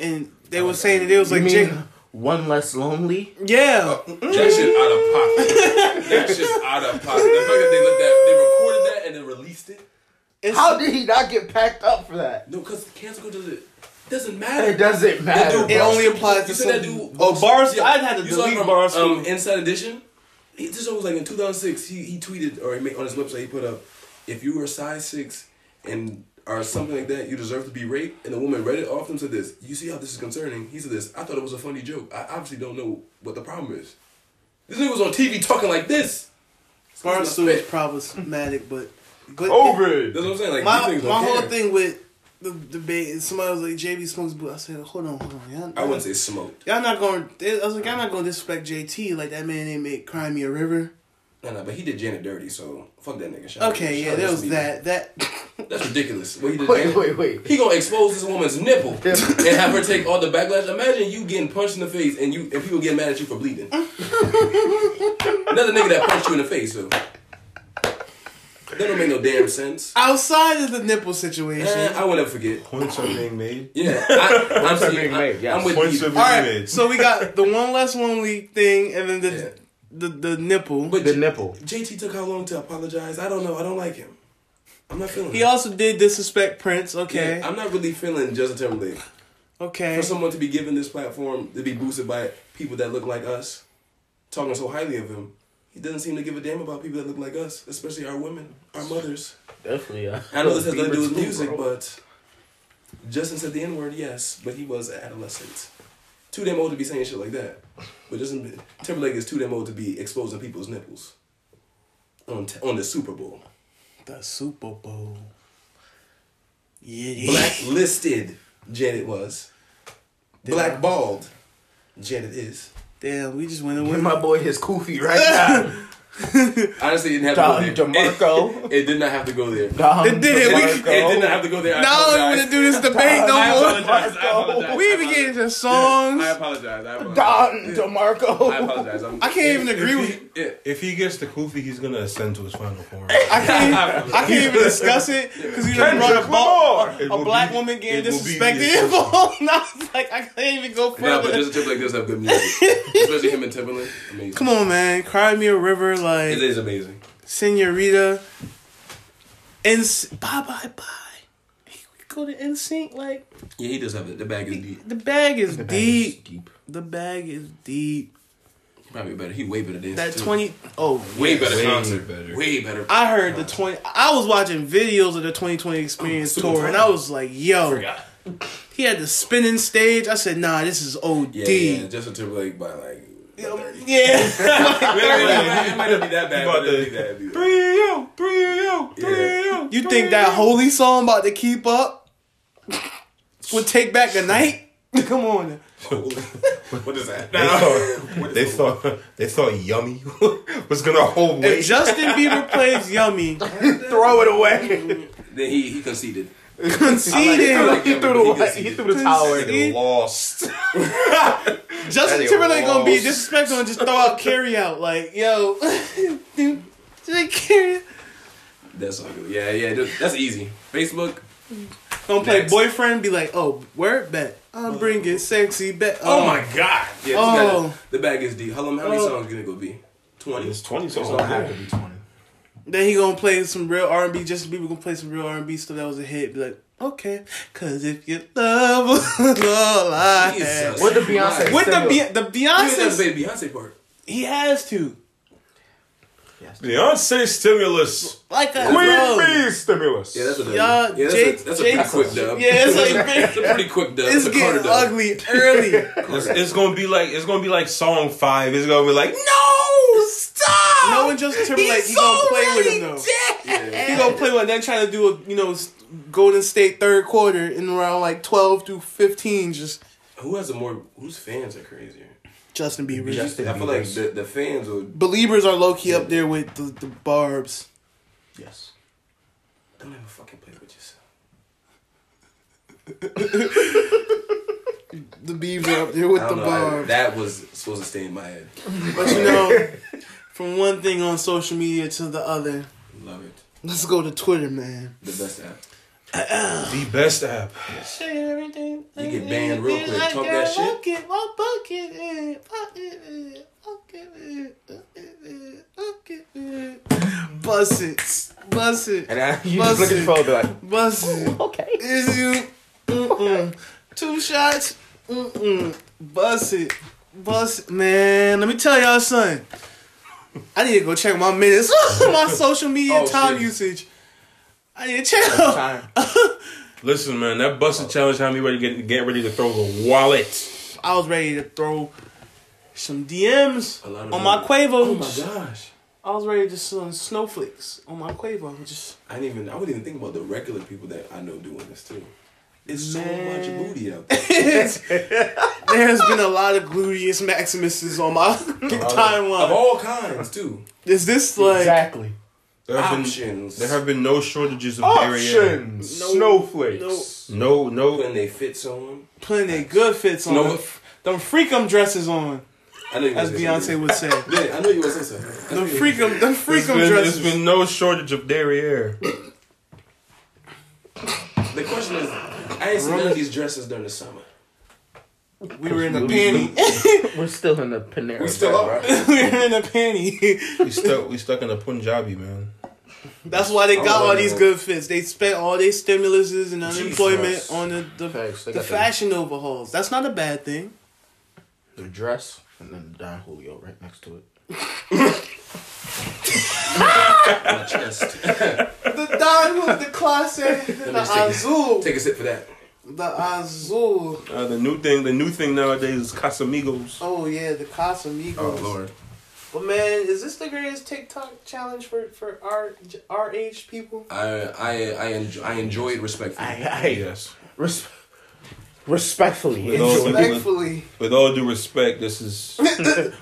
A: and they were saying that it was
C: You
A: like,
C: mean
A: J-
C: one less lonely?
A: yeah,
D: That shit out of pocket. that shit's out of pocket. The fact that they looked at, they recorded that and then released it.
A: it's,
C: did he not get packed up for that?
D: No, because cancel culture doesn't doesn't matter.
C: It doesn't matter.
A: It only applies to
D: you said that
A: some-
D: dude.
A: Oh, bars? I'd had to
D: you saw
A: delete
D: from,
A: bars
D: Um,
A: from-
D: Inside Edition. He, this was like in 2006. He he tweeted or he made on his website. He put up, if you were a size six and or something like that, you deserve to be raped. And the woman read it off them to this. You see how this is concerning? He said this. I thought it was a funny joke. I obviously don't know what the problem is. This nigga was on TV talking like this.
A: Barstool is problematic, but but
B: Over
D: That's what I'm saying. Like
A: my
D: these niggas
A: my
D: don't
A: whole
D: care.
A: thing with the debate is somebody was like JB smokes boo. I said hold on hold on y'all,
D: I wouldn't say smoked.
A: y'all not going. to I was like y'all not going to disrespect JT like that man ain't make Cry Me a River.
D: No, no, but he did Janet dirty, so fuck that nigga. Shout out-
A: Okay,
D: shout
A: yeah,
D: out
A: there
D: to
A: was
D: Stevie.
A: that that.
D: That's ridiculous. What he did
C: Wait,
D: Janet-
C: wait, wait.
D: He gonna expose this woman's nipple and have her take all the backlash. Imagine you getting punched in the face and you and people getting mad at you for bleeding. Another nigga that punched you in the face, so that don't make no damn sense.
A: Outside of the nipple situation,
D: Eh, I will never forget.
B: points are being made.
D: Yeah, I, I'm, seeing,
C: being
D: I,
C: made, yes.
D: I'm with
B: Points are
D: you.
B: being
A: all right.
B: made.
A: So we got the one less lonely thing, and then the
D: Eh. Yeah.
A: the, the nipple.
D: But
C: The
D: J-
C: nipple.
D: JT took how long to apologize? I don't know. I don't like him. I'm not feeling.
A: he
D: him.
A: also did disrespect Prince. Okay,
D: Yeah, I'm not really feeling Justin Timberlake.
A: okay.
D: For someone to be given this platform to be boosted by people that look like us, talking so highly of him, he doesn't seem to give a damn about people that look like us, especially our women, our mothers.
C: Definitely. uh, Yeah.
D: I know this has nothing to do with music, but Justin said the N word, yes, but he was an adolescent. Too damn old to be saying shit like that. But Justin Timberlake is too damn old to be exposing people's nipples on t- on the Super Bowl.
A: the Super Bowl. Yeah.
D: Blacklisted, Janet was. Blackballed, Janet is.
A: Damn, we just went
C: With
A: away.
C: my boy, his Kofi right now.
D: Honestly, it didn't have
C: Don
D: to go there.
C: DeMarco.
D: It, it did not have to go there.
C: Dom
A: It did it. We-
D: It did not have to go there. I
A: Now we're
D: apologize.
A: gonna do this debate
B: I
A: no more.
B: apologize. I apologize.
A: We even get into songs.
D: I apologize. I apologize.
C: Don DeMarco.
D: I apologize. I'm,
A: I can't even agree with.
B: If he, if he gets the Kofi, he's gonna ascend to his final form.
A: I can't. I can't even discuss it because you just brought
B: Kendrick
A: a, ball,
B: Lamar. It
A: a
B: will
A: black
B: be-
A: woman getting
B: it will be
A: disrespected
B: the-
A: involved. And I was like, I can't even go
D: Nah, but
A: further.
D: Justin Timberlake does have good music, especially him and Timberlake. Amazing.
A: Come on, man. Cry me a river,
D: It
A: like
D: is amazing.
A: Senorita, and bye bye bye. He could Go to NSYNC, like
D: Yeah, he does have it. The bag is deep.
A: the bag is deep.
C: deep.
A: The bag is deep.
D: Probably better. He way better than
A: That
D: too.
A: twenty. Oh,
D: Way better
B: Way
D: concert.
B: better.
D: Way better.
A: I heard the twenty. I was watching videos of the twenty twenty experience
D: Super
A: tour, and I was like, "Yo,
D: forgot.
A: he had the spinning stage." I said, "Nah, this is OD."
D: Yeah, yeah, Justin Timberlake by like. about 30.
A: yeah.
D: It might not be that bad.
B: About
D: but it'll
B: the-
D: be that- it'll be that.
B: Three yo, three yo, three yo.
A: You think that holy song about to keep up would take back the night? Come on.
D: What is that?
B: They thought, they thought they thought yummy was gonna
A: If
B: hold weight.
A: Justin Bieber plays Yummy,
C: Throw it away.
D: Then he he conceded.
A: conceded.
C: he threw the he threw the towel. in.
B: They lost.
A: Justin
B: nigga
A: Timberlake gonna be
B: walls.
A: disrespectful and just throw out carry out like, yo, dude, like carry.
D: That's all good. Yeah, yeah. just- That's easy. Facebook.
A: Gonna play
D: Next.
A: boyfriend, be like, oh, word bet. I'm bringing sexy bet. Um,
D: Oh my god! Yeah, oh.
A: Oh.
D: the bag is deep. How, long- how many
A: Oh.
D: songs gonna go be? Twenty.
B: It's twenty songs.
D: It's not
B: there.
D: happening.
A: Then he gonna play some real R and B. Justin Bieber gonna play some real R and B stuff that was a hit. Be like, okay, cause if you love was all I had.
D: Jesus.
C: What the Beyonce?
A: With the
C: single?
A: Be- the
D: You didn't have
A: Beyonce,
D: to say the Beyonce part.
A: he has to
B: Beyonce stimulus.
A: like a
B: Queen
A: drum.
B: Bee stimulus.
D: Yeah, that's a W.
A: Yeah,
D: yeah, that's,
A: Jake-
D: a, that's a
A: Jake-
D: pretty quick dub.
A: Yeah, it's like
D: that's a pretty quick dub.
A: it's
D: It's a
A: getting
D: Carter dub.
A: ugly early.
B: It's, it's gonna be like it's gonna be like song five. It's gonna be like
A: no, stop. No, and Justin Timberlake, he gonna play with him though. He gonna play with, him, then trying to do a you know s- Golden State third quarter in around like twelve through fifteen, just
D: Who has a more? Whose fans are crazier?
A: Justin Bieber.
C: Justin
D: I feel like
C: Bieber's.
D: the, the fans will
A: Believers are low key up there with the, the Barb's.
C: Yes.
D: don't ever fucking play with yourself.
A: The Beavs are up there with
D: I
A: the
D: don't know. I-
A: Barb's.
D: that was supposed to stay in my head.
A: But you know, from one thing on social media to the other,
D: Love it.
A: let's go to Twitter, man.
D: The best app.
B: the best app.
A: Share everything.
D: You get banned real quick. Talk that shit.
A: Bucket, my bucket, eh, bucket, eh, bucket, eh, bucket, eh, bucket, eh. Bust it, bust it,
C: And I, you
A: Bust
C: just look at
A: it.
C: your phone, be like,
A: bust it.
C: okay.
A: Is you? Mm-mm. Two shots. Mm-mm. Bust it. Bust it. Man, let me tell y'all something. I need to go check my minutes, my social media
D: Oh,
A: time
D: shit.
A: usage. I need to chill.
C: Time.
B: Listen, man, that busted challenge had me ready to get, get ready to throw the wallet.
A: I was ready to throw some DMs
D: A lot of
A: on my
D: them-
A: Quavo.
D: Oh my gosh.
A: I was ready to just on snowflakes on my Quavo. Just
D: I didn't even I wouldn't even think about the regular people that I know doing this too. It's so
A: Man.
D: much booty out there.
A: there's been a lot of gluteus maximuses on my
D: Of
A: timeline.
D: all kinds too.
A: Is this like
C: exactly.
B: There have been
D: Options.
B: there have been no shortages of diarrhea.
C: Options.
A: No,
C: Snowflakes.
B: No, no.
D: when they fits on.
A: putting their good fits on?
D: No.
A: Them them freakum dresses on,
D: I know you
A: as
D: was gonna say
A: Beyonce
D: something.
A: would say.
D: Yeah, I know you was gonna say something.
A: Them freakum, them
B: There's
A: freakum
B: been, there's
A: dresses.
B: been no shortage of derriere.
D: The question is, I ain't seen none of these dresses during the summer.
A: we were in a panty.
C: We're still in the Panera.
D: We still
C: Bread,
D: are.
C: bro.
A: we were in a panty.
B: We stuck. We stuck in a Punjabi, man.
A: That's why they
D: I
A: got
D: don't
A: all
D: know.
A: these good fits. They spent all their stimuluses and unemployment
D: Jesus.
A: on the the,
C: Facts. They
A: the
C: got
A: fashion overhauls. That's not a bad thing.
C: The, the dress and then Don Julio right next to it.
D: My chest.
A: The diamond, the classic, the
D: me see.
A: azul,
D: Take a sip for that.
A: the azul.
B: Uh, the new thing. The new thing nowadays is Casamigos.
A: Oh yeah, the Casamigos. But man, is this the greatest TikTok challenge for for our our age people?
D: I I I enjoy, I enjoy it respectfully.
B: Yes.
C: res- respectfully.
B: With all-
C: enjoy.
A: Respectfully,
B: With all due respect, this is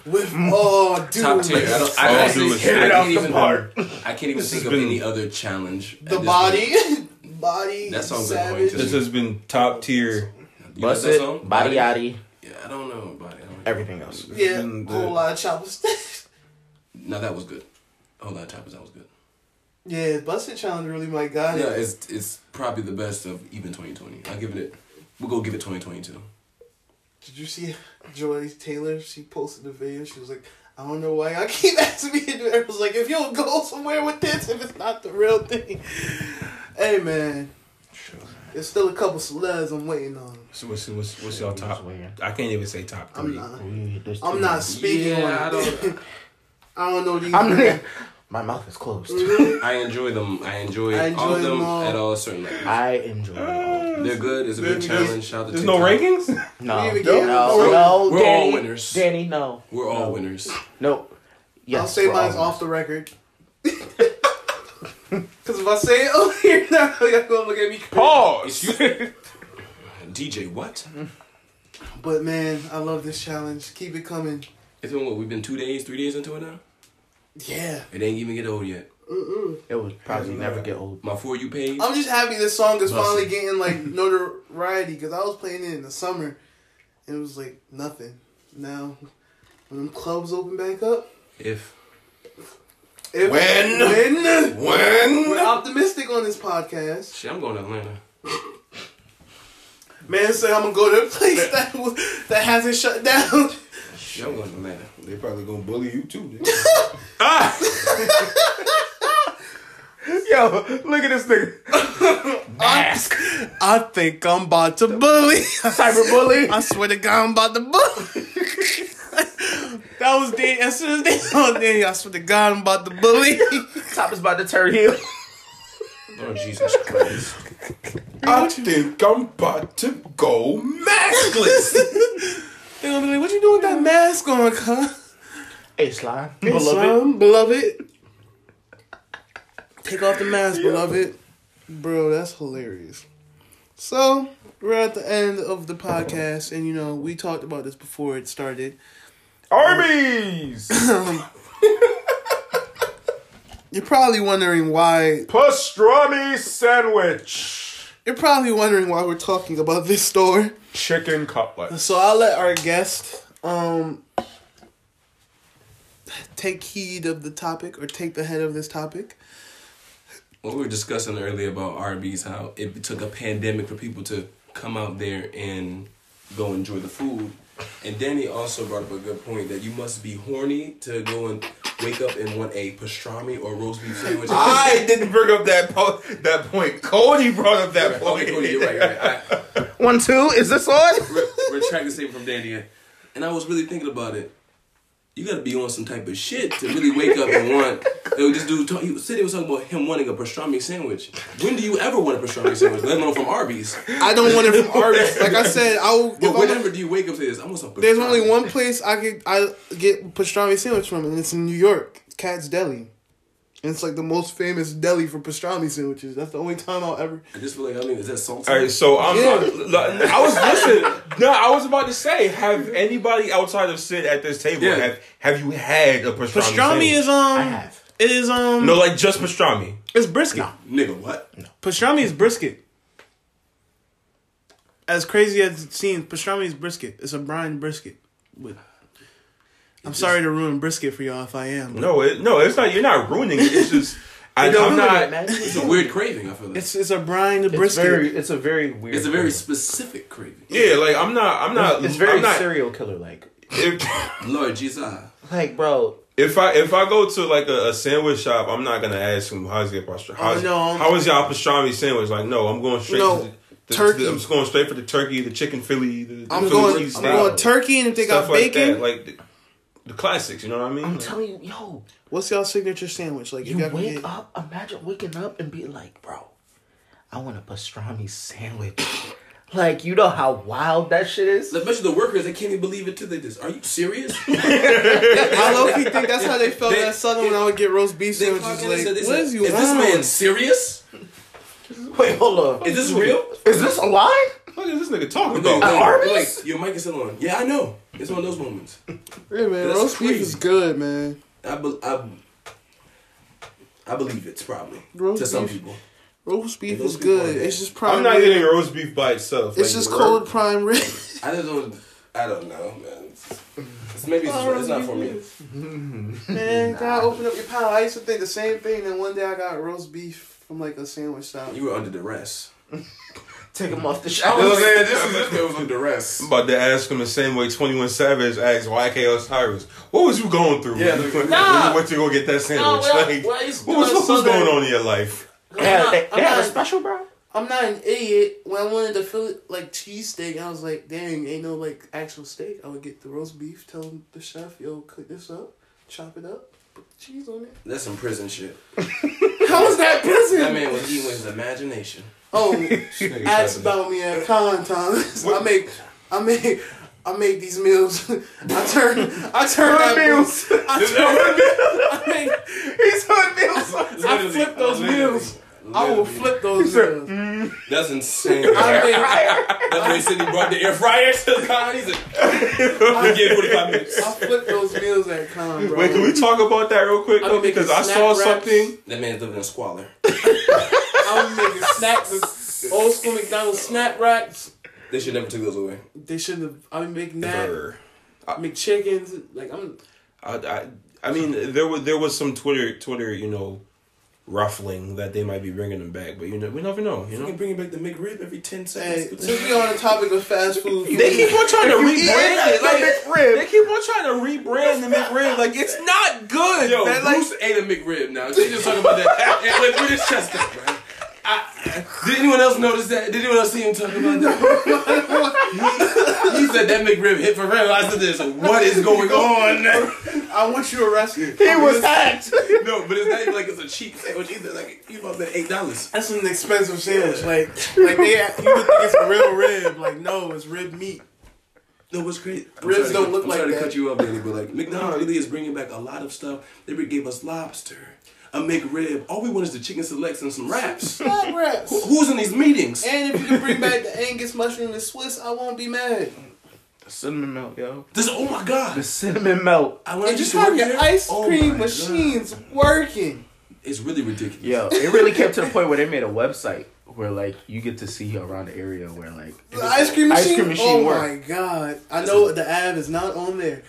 A: with oh, all due
D: Top tier. I don't. I
B: All
D: honestly,
B: due
D: I
B: respect.
D: can't even.
C: Part.
D: I can't even
B: This
D: think
B: has
D: of
B: been-
D: any other challenge. at
A: the
D: this
A: body, body.
D: That song's been
A: savage.
D: going
B: this has been top tier.
D: point. You know
C: Bust
D: that
C: it.
D: song?
C: Body yaddy.
D: Yeah, I don't know body. I don't know.
C: Everything else.
A: Yeah,
B: And the-
A: whole lot of chopper sticks.
D: No, that was good. Whole lot of topics. That was good.
A: Yeah, Busted Challenge really my guy.
D: Yeah, it's it's probably the best of even 2020. I'll give it. We'll go give it 2022.
A: Did you see Joy Taylor? She posted the video. She was like, I don't know why I keep asking me to do it. I was like, if you'll go somewhere with this, if it's not the real thing. Hey, man. There's still a couple celebs I'm waiting on.
B: So what's, what's, what's y'all top? I can't even say top
A: I'm
B: three.
A: not.
C: We- there's
A: I'm
C: two.
A: not speaking
D: Yeah,
A: on it. I don't, know these.
C: I'm. My mouth is closed.
D: I enjoy them. I enjoy,
A: I enjoy
D: all of
A: them
D: them
A: all.
D: at all certain levels.
C: I enjoy it all.
D: They're good. It's a good
B: There's-
D: challenge. Shout out to
B: There's no
D: TikTok.
B: rankings.
C: No,
A: We
C: no,
A: even get-
C: no,
D: We're all
C: Danny,
D: winners.
C: Danny, no,
D: We're all winners.
C: no. Yes,
A: I'll say
C: we're all
A: mine's
C: winners.
A: off the record. Because if I say it over here now, y'all gonna look at me crazy.
B: Pause.
D: DJ, what?
A: But man, I love this challenge. Keep it coming.
D: It's been what? We've been two days, three days into it now.
A: Yeah.
D: It ain't even get old yet.
C: It would probably never get old.
D: My for you page.
A: I'm just happy this song is
D: Listen.
A: finally getting like notoriety because I was playing it in the summer and it was like nothing. Now, when them clubs open back up,
D: If
A: if,
B: When?
A: when- we're
B: When?
A: optimistic on this podcast,
D: shit, I'm going to Atlanta.
A: man said I'm gonna go to a place that w- that hasn't shut down.
D: Shit, I'm going to Atlanta.
B: They probably gonna bully you too.
C: Yo, look at this nigga.
A: I think I'm about to bully.
C: Cyberbully.
A: I swear to God, I'm about to bully. that was Dan. As soon as they on there, I swear to God, I'm about to bully.
C: Top is about to turn heel.
D: Lord Oh, Jesus Christ.
B: I think I'm about to go maskless.
A: They're gonna be like, "What you doing with that mask on, cuz?"
C: Hey, slime.
A: Beloved. beloved. Take off the mask, beloved. Bro, that's hilarious. So, we're at the end of the podcast, and you know, we talked about this before it started.
B: Arby's,
A: You're probably wondering why.
B: pastrami sandwich,
A: You're probably wondering why we're talking about this store.
B: chicken cutlet.
A: So, I'll let our guest um take heed of the topic or take the head of this topic.
D: What we were discussing earlier about Arby's, how it took a pandemic for people to come out there and go enjoy the food. And Danny also brought up a good point that you must be horny to go and wake up and want a pastrami or roast beef sandwich.
B: I didn't bring up that po- that point. Cody brought up that
D: Okay,
B: point.
D: Cody, Oh, you're right, you're right. I,
C: One, two. Is this on?
D: re- retract the statement from Danny. And I was really thinking about it. You gotta be on some type of shit to really wake up and want Yo, this dude, talk, he, City was talking about him wanting a pastrami sandwich. When do you ever want a pastrami sandwich? Let alone from Arby's.
A: I don't want it from artists. Like I said, I will. if
D: But
A: I'm-
D: whenever do you wake up and say this? I want some pastrami.
A: There's only one place I could I get pastrami sandwich from, and it's in New York, Cat's Deli. And it's like the most famous deli for pastrami sandwiches. That's the only time I'll ever.
D: I just feel like I mean, is that salty?
B: All right, so I'm.
A: Yeah.
B: I, I was listen. No, I was about to say, have anybody outside of Sid at this table
D: Yeah.
B: have have you had a pastrami?
A: Pastrami
B: sandwich?
A: is um.
C: I have.
A: It is um.
B: no, like just pastrami.
A: It's brisket.
D: Nigga, what?
A: Pastrami is brisket. As crazy as it seems, pastrami is brisket. It's a brine brisket. With, I'm sorry to ruin brisket for y'all if I am. but
B: No, it, no, it's not. You're not ruining it. It's just I,
C: Don't
B: I'm
C: do
B: not.
C: that, man.
D: It's a weird craving. I feel like it's,
A: It's it's a brine
C: It's
A: brisket.
C: very, it's a very weird.
D: a very
C: thing.
D: specific craving.
B: Yeah, like I'm not. I'm not.
C: It's very
B: I'm not,
C: serial killer like.
B: If,
D: Lord Jesus, ah.
C: Like, bro,
B: if I if I go to like a, a sandwich shop, I'm not gonna ask them how's your pastrami. How's,
A: Oh, no, I'm-
B: how is y'all pastrami sandwich? Like, no, I'm going straight.
A: No,
B: to the, the-
A: turkey.
B: the- I'm just going straight for the turkey, the chicken Philly. The, the
A: I'm
B: Philly
A: going.
B: cheese
A: I'm
B: steak,
A: going turkey, and if they got
B: stuff like
A: bacon,
B: that, like the, the classics. You know what I mean?
C: I'm
B: Like,
C: telling you, yo,
A: What's y'all signature sandwich? Like
C: you
A: gotta
C: wake
A: get-
C: up. Imagine waking up and being like, bro, I want a pastrami sandwich. like, you know how wild that shit is.
D: Especially the workers, they can't even believe it till they just. Are you serious?
A: I low key think that's how they felt
D: They-
A: at Southern when I would get roast beef
D: They
A: sandwiches.
D: clocked in and
A: Like,
D: said, they
A: what
D: said,
A: is
D: is
A: you
D: this
A: on?
D: man serious?
C: Wait, hold on.
D: Is this real?
C: Is this a lie?
B: what is this nigga talking
D: No,
B: about?
D: no,
C: Arby's?
D: Like, your mic is still on. Yeah, I know. It's one of those moments.
A: Yeah, man,
D: That's
A: roast beef
D: crazy.
A: is good, man.
D: I, be- I, I believe it's probably
A: Roast
D: to some
A: beef.
D: people.
A: Roast beef
D: Roast
A: is
D: beef
A: good.
D: on it.
A: It's just prime.
B: I'm not
A: rib.
B: eating roast beef by itself.
A: It's
B: like,
A: just
B: we're-
A: cold prime rib.
D: I just don't. I don't know, man. It's, it's maybe
A: Oh,
D: it's, it's not for me.
A: man, God, open up your palate. I used to think the same thing, then one day I got roast beef from like a sandwich shop.
D: You were under duress.
C: Take him off the
D: You know what
C: shower.
D: I'm saying? This is this man was under duress.
B: I'm about to ask him the same way 21 Savage asked YK Osiris, what was you going through?
D: Yeah,
B: when,
D: like-
B: when
E: Nah.
B: you went to go get that sandwich?
E: Nah, well,
B: like,
E: well, it's-
B: what was,
E: well,
B: what was
E: so
B: going
E: that-
B: on in your life?
E: I'm
C: They had,
E: not-
C: they,
E: I'm
C: they had a
E: not-
C: special, bro.
A: I'm not an idiot. When I wanted to feel it like cheesesteak, I was like, dang, ain't no like actual steak. I would get the roast beef, tell the chef, yo, cook this up, chop it up, put the cheese on it.
D: That's some prison shit.
A: How is that prison?
D: That man was eating with his imagination.
A: Oh,
B: Nigga
A: ask
B: said-
A: about me at con times. I
B: What-
A: make, I make, I make these meals. I turn, I turn that meals. I turn, I make,
C: He's on meals.
A: I flip those meals. I will flip those meals.
D: That's insane.
A: I make,
D: That's when he said he brought the air fryer to the con. He said, "You get 45 minutes."
A: I flip those meals at con, bro.
B: Wait, can we talk about that real quick?
A: I mean,
B: though? Because I
A: snack
B: saw
A: wraps.
B: something.
D: That man's living in squalor.
A: I'm making snacks, old school McDonald's snack wraps.
D: They should never take those away.
A: They shouldn't have. I'm making that.
B: Err.
A: McChickens, like I'm.
B: I, I, I mean, there was there was some Twitter Twitter you know ruffling that they might be bringing them back, but you know we never know. You
D: You can
B: know
D: bring it back the McRib every 10
A: Hey,
D: seconds.
A: since we on the topic of fast food,
B: they keep on trying to rebrand it. Like,
C: rib.
B: they keep on trying to rebrand the McRib. Like it's not good.
D: Yo,
B: man. Like,
D: Bruce ate a McRib now. She just talking about that. and like, with his chest up, man. I, did anyone else notice that? Did anyone else see him talking about that? he, he said that McRib hit for real. I said this. What is going on?
A: I want you arrested.
C: He was hacked.
D: no, but it's not even like it's a cheap sandwich either. Like you about that eight dollars.
A: That's an expensive sandwich. Like, like they, you would think it's a real rib. Like, no, it's rib meat.
D: No, what's great?
A: Ribs don't look
D: I'm
A: like
D: sorry
A: that.
D: to cut you off, Danny, but like McDonald's really is bringing back a lot of stuff. They gave us lobster, a McRib. All we want is the chicken selects and some wraps.
A: Not wraps.
D: Who's in these meetings?
A: And if you can bring back the Angus mushroom and Swiss, I won't be mad.
C: Cinnamon melt, yo.
D: This, oh my God!
C: The cinnamon melt.
D: I
A: And
D: want
A: just have your ice cream
D: machine.
A: machines working.
D: Oh It's really ridiculous.
C: Yo, it really came to the point where they made a website where like you get to see around the area where like
A: The ice cream
C: Ice
A: machine.
C: cream machine
A: oh
C: work.
A: my god! I know the ad is not on there.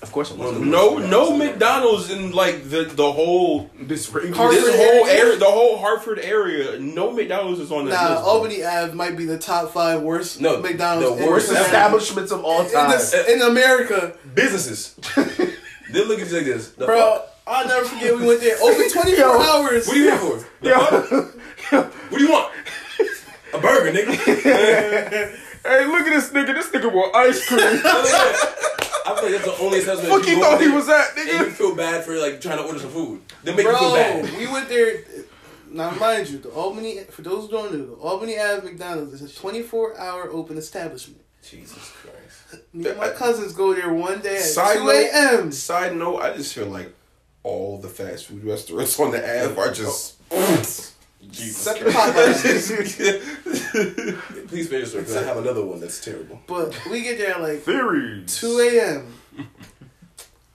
C: of course it wasn't.
B: no, no McDonald's in like the the whole
C: This ring
A: Hartford
B: this whole
A: area?
B: area, the whole Hartford area. No McDonald's is on that
A: Nah,
B: list. bro.
A: Albany Ave might be the top five worst
D: No,
A: McDonald's.
D: the
A: in
D: worst
A: America.
C: establishments of all
A: in,
C: time.
A: this- in America,
D: Businesses. they look at you like this. The
A: bro.
D: fuck?
A: I'll never forget we went there. Open twenty four
C: Yo.
A: hours.
D: What are you here for? The fuck? What do you want? A burger, nigga.
C: Hey, look at this nigga. This nigga want ice cream.
D: I I feel like that's the only assessment.
E: Fuck
D: you
E: you
D: go
E: thought he
D: there
E: was at,
D: And you
E: nigga.
D: feel bad for like trying to order some food. They make you feel
A: Bro,
D: bad.
A: we went there. Now, mind you, the Albany, for those who don't know, the Albany Ave McDonald's is a 24 hour open establishment.
D: Jesus Christ.
A: Me and my cousins go there one day at
E: Side
A: 2
E: note-
A: a.m.
E: Side note, I just feel like all the fast food restaurants on the app are just.
A: Except Popeyes.
D: Please finish because I have another one that's terrible.
A: But we get there at like
E: Theories.
A: 2 a.m.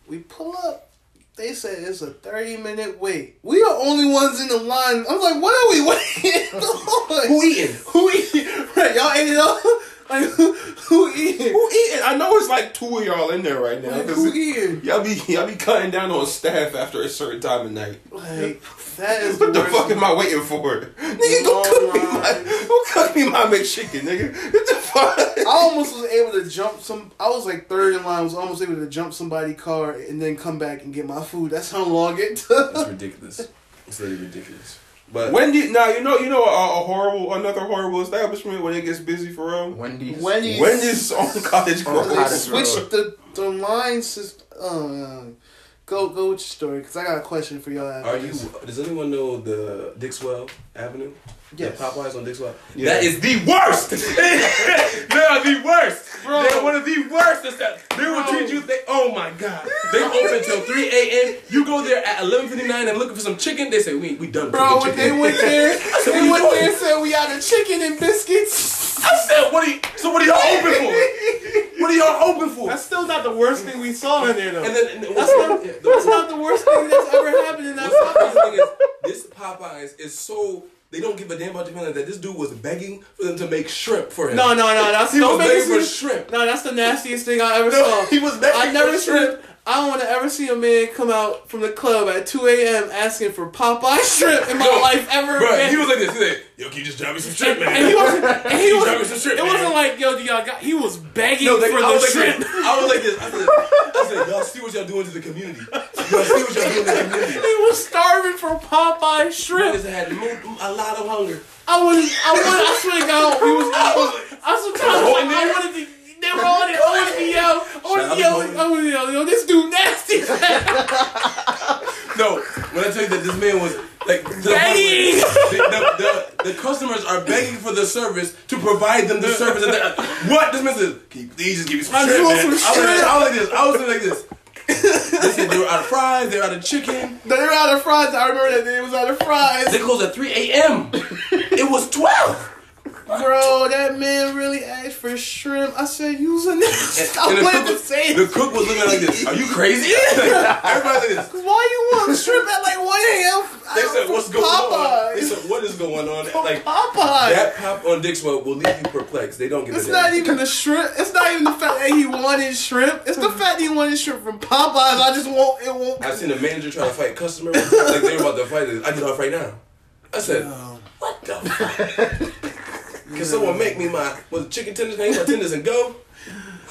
A: we pull up. They said it's a 30 minute wait. We are only ones in the line. I'm like, what are we waiting for?
D: Who eating?
A: Who eating? Right, y'all ate it all? Like, who, who eating?
E: Who eating? I know it's like two of y'all in there right now.
A: Like,
E: 'cause
A: who
E: it-
A: eating?
E: y'all be y'all be cutting down on staff after a certain time of night.
A: Like, that is
E: What the
A: worst.
E: fuck am I waiting for? Nigga, go cook me my go cook me my McChicken, nigga. What the
A: I
E: fuck?
A: almost was able to jump some. I was like third in line. Was almost able to jump somebody's car and then come back and get my food. That's how long it took.
D: It's ridiculous. It's literally ridiculous. But
E: When do you, now you know you know a, a horrible another horrible establishment when it gets busy for real.
C: Wendy's.
A: Wendy's.
E: When is on college
C: On
A: They
C: Cottage
E: gross?
A: switched the the line system. Oh, no. go go with your story because I got a question for y'all. after
D: Are you?
A: this.
D: Does anyone know the Dixwell Avenue?
A: Yes.
D: The Popeyes on Dixwell.
E: Yeah.
D: That is the worst. they are the worst. They're one of the worst. It's that- They will treat you. They, oh my god. They open till three a.m. You go there at eleven fifty nine. I'm looking for some chicken. They say we we done.
A: Bro, when they
D: cooking chicken.
A: went there,
D: said,
A: they went
D: "What you
A: there and
D: doing?"
A: said we out of chicken and biscuits.
D: I said, what are you? So what are y'all open for? What are y'all open for?
A: That's still not the worst thing we saw in there though.
D: and then and the- what's the- the-
A: That's not the worst thing that's ever happened in that.
D: What's
A: fucking-
D: the crazy thing is, this Popeyes is so they don't give a damn about Japan that this dude was begging for them to make shrimp for him.
A: No, no, no. That's
D: He
A: don't
D: was
A: make
D: begging
A: it
D: for
A: seem-
D: shrimp.
A: No, that's the nastiest thing I ever saw.
D: he was begging
A: I never
D: for shrimp.
A: seen. I don't want to ever see a man come out from the club at 2 a.m. asking for Popeye shrimp in my
D: Yo,
A: life ever
D: Bro,
A: again.
D: he was like this. He said, "Yo, can you just drop me some shrimp, man?"
A: and he wasn't. And he
D: You
A: was.
D: driving some shrimp,
A: it wasn't
D: man.
A: like yo, do y'all got. He was begging
D: No, oh, like,
A: for
D: I
A: the
D: was like
A: shrimp.
D: this. I was like this. I said, I said, y'all see what y'all doing to the community. Y'all see what y'all doing to the community.
A: he was starving for Popeye shrimp.
D: Niggas had mo- a lot of hunger.
A: I was. I wanted. I swear to God, we was. I was. I sometimes like, I
D: nigga.
A: wanted to. They were on it. I wanted to yell. I wanted
D: Shout
A: to yell.
D: out to
A: I wanted to yell. Yo, this dude nasty.
D: No, when I tell you that this man was like the,
A: Begging.
D: the, the, the customers are begging for the service to provide them the service. And they're- what this man says? Can you please just give me
A: I
D: some shrimp,
A: just want
D: man?"
A: some
D: I was like this. I was like this. I was like this. They said they were out of fries. They were out of chicken.
A: They were out of fries. I remember that they was out of fries.
D: They closed at 3 a.m. It was 12.
A: Bro, that man really asked for shrimp. I said, use a nasty. I
D: And the
A: wanted
D: cook,
A: to
D: was,
A: say
D: the
A: it.
D: cook was looking like this. Are you crazy? Like, everybody like this.
A: Why you want shrimp at like 1 a.m.?
D: They said, "What's going on?" They
A: Popeyes.
D: said, "What is going on?" Like
A: Popeyes.
D: that pop on Dixwell will leave you perplexed. They don't give
A: It's
D: a damn.
A: not even the shrimp. It's not even the fact that he wanted shrimp. It's the fact he wanted shrimp from Popeyes. I just won't. It won't.
D: I've seen a manager trying to fight customers. like they're about to fight. I get off right now. I said, "What the? fuck? Can someone make me my was it chicken tenders? Can I eat my tenders and go?"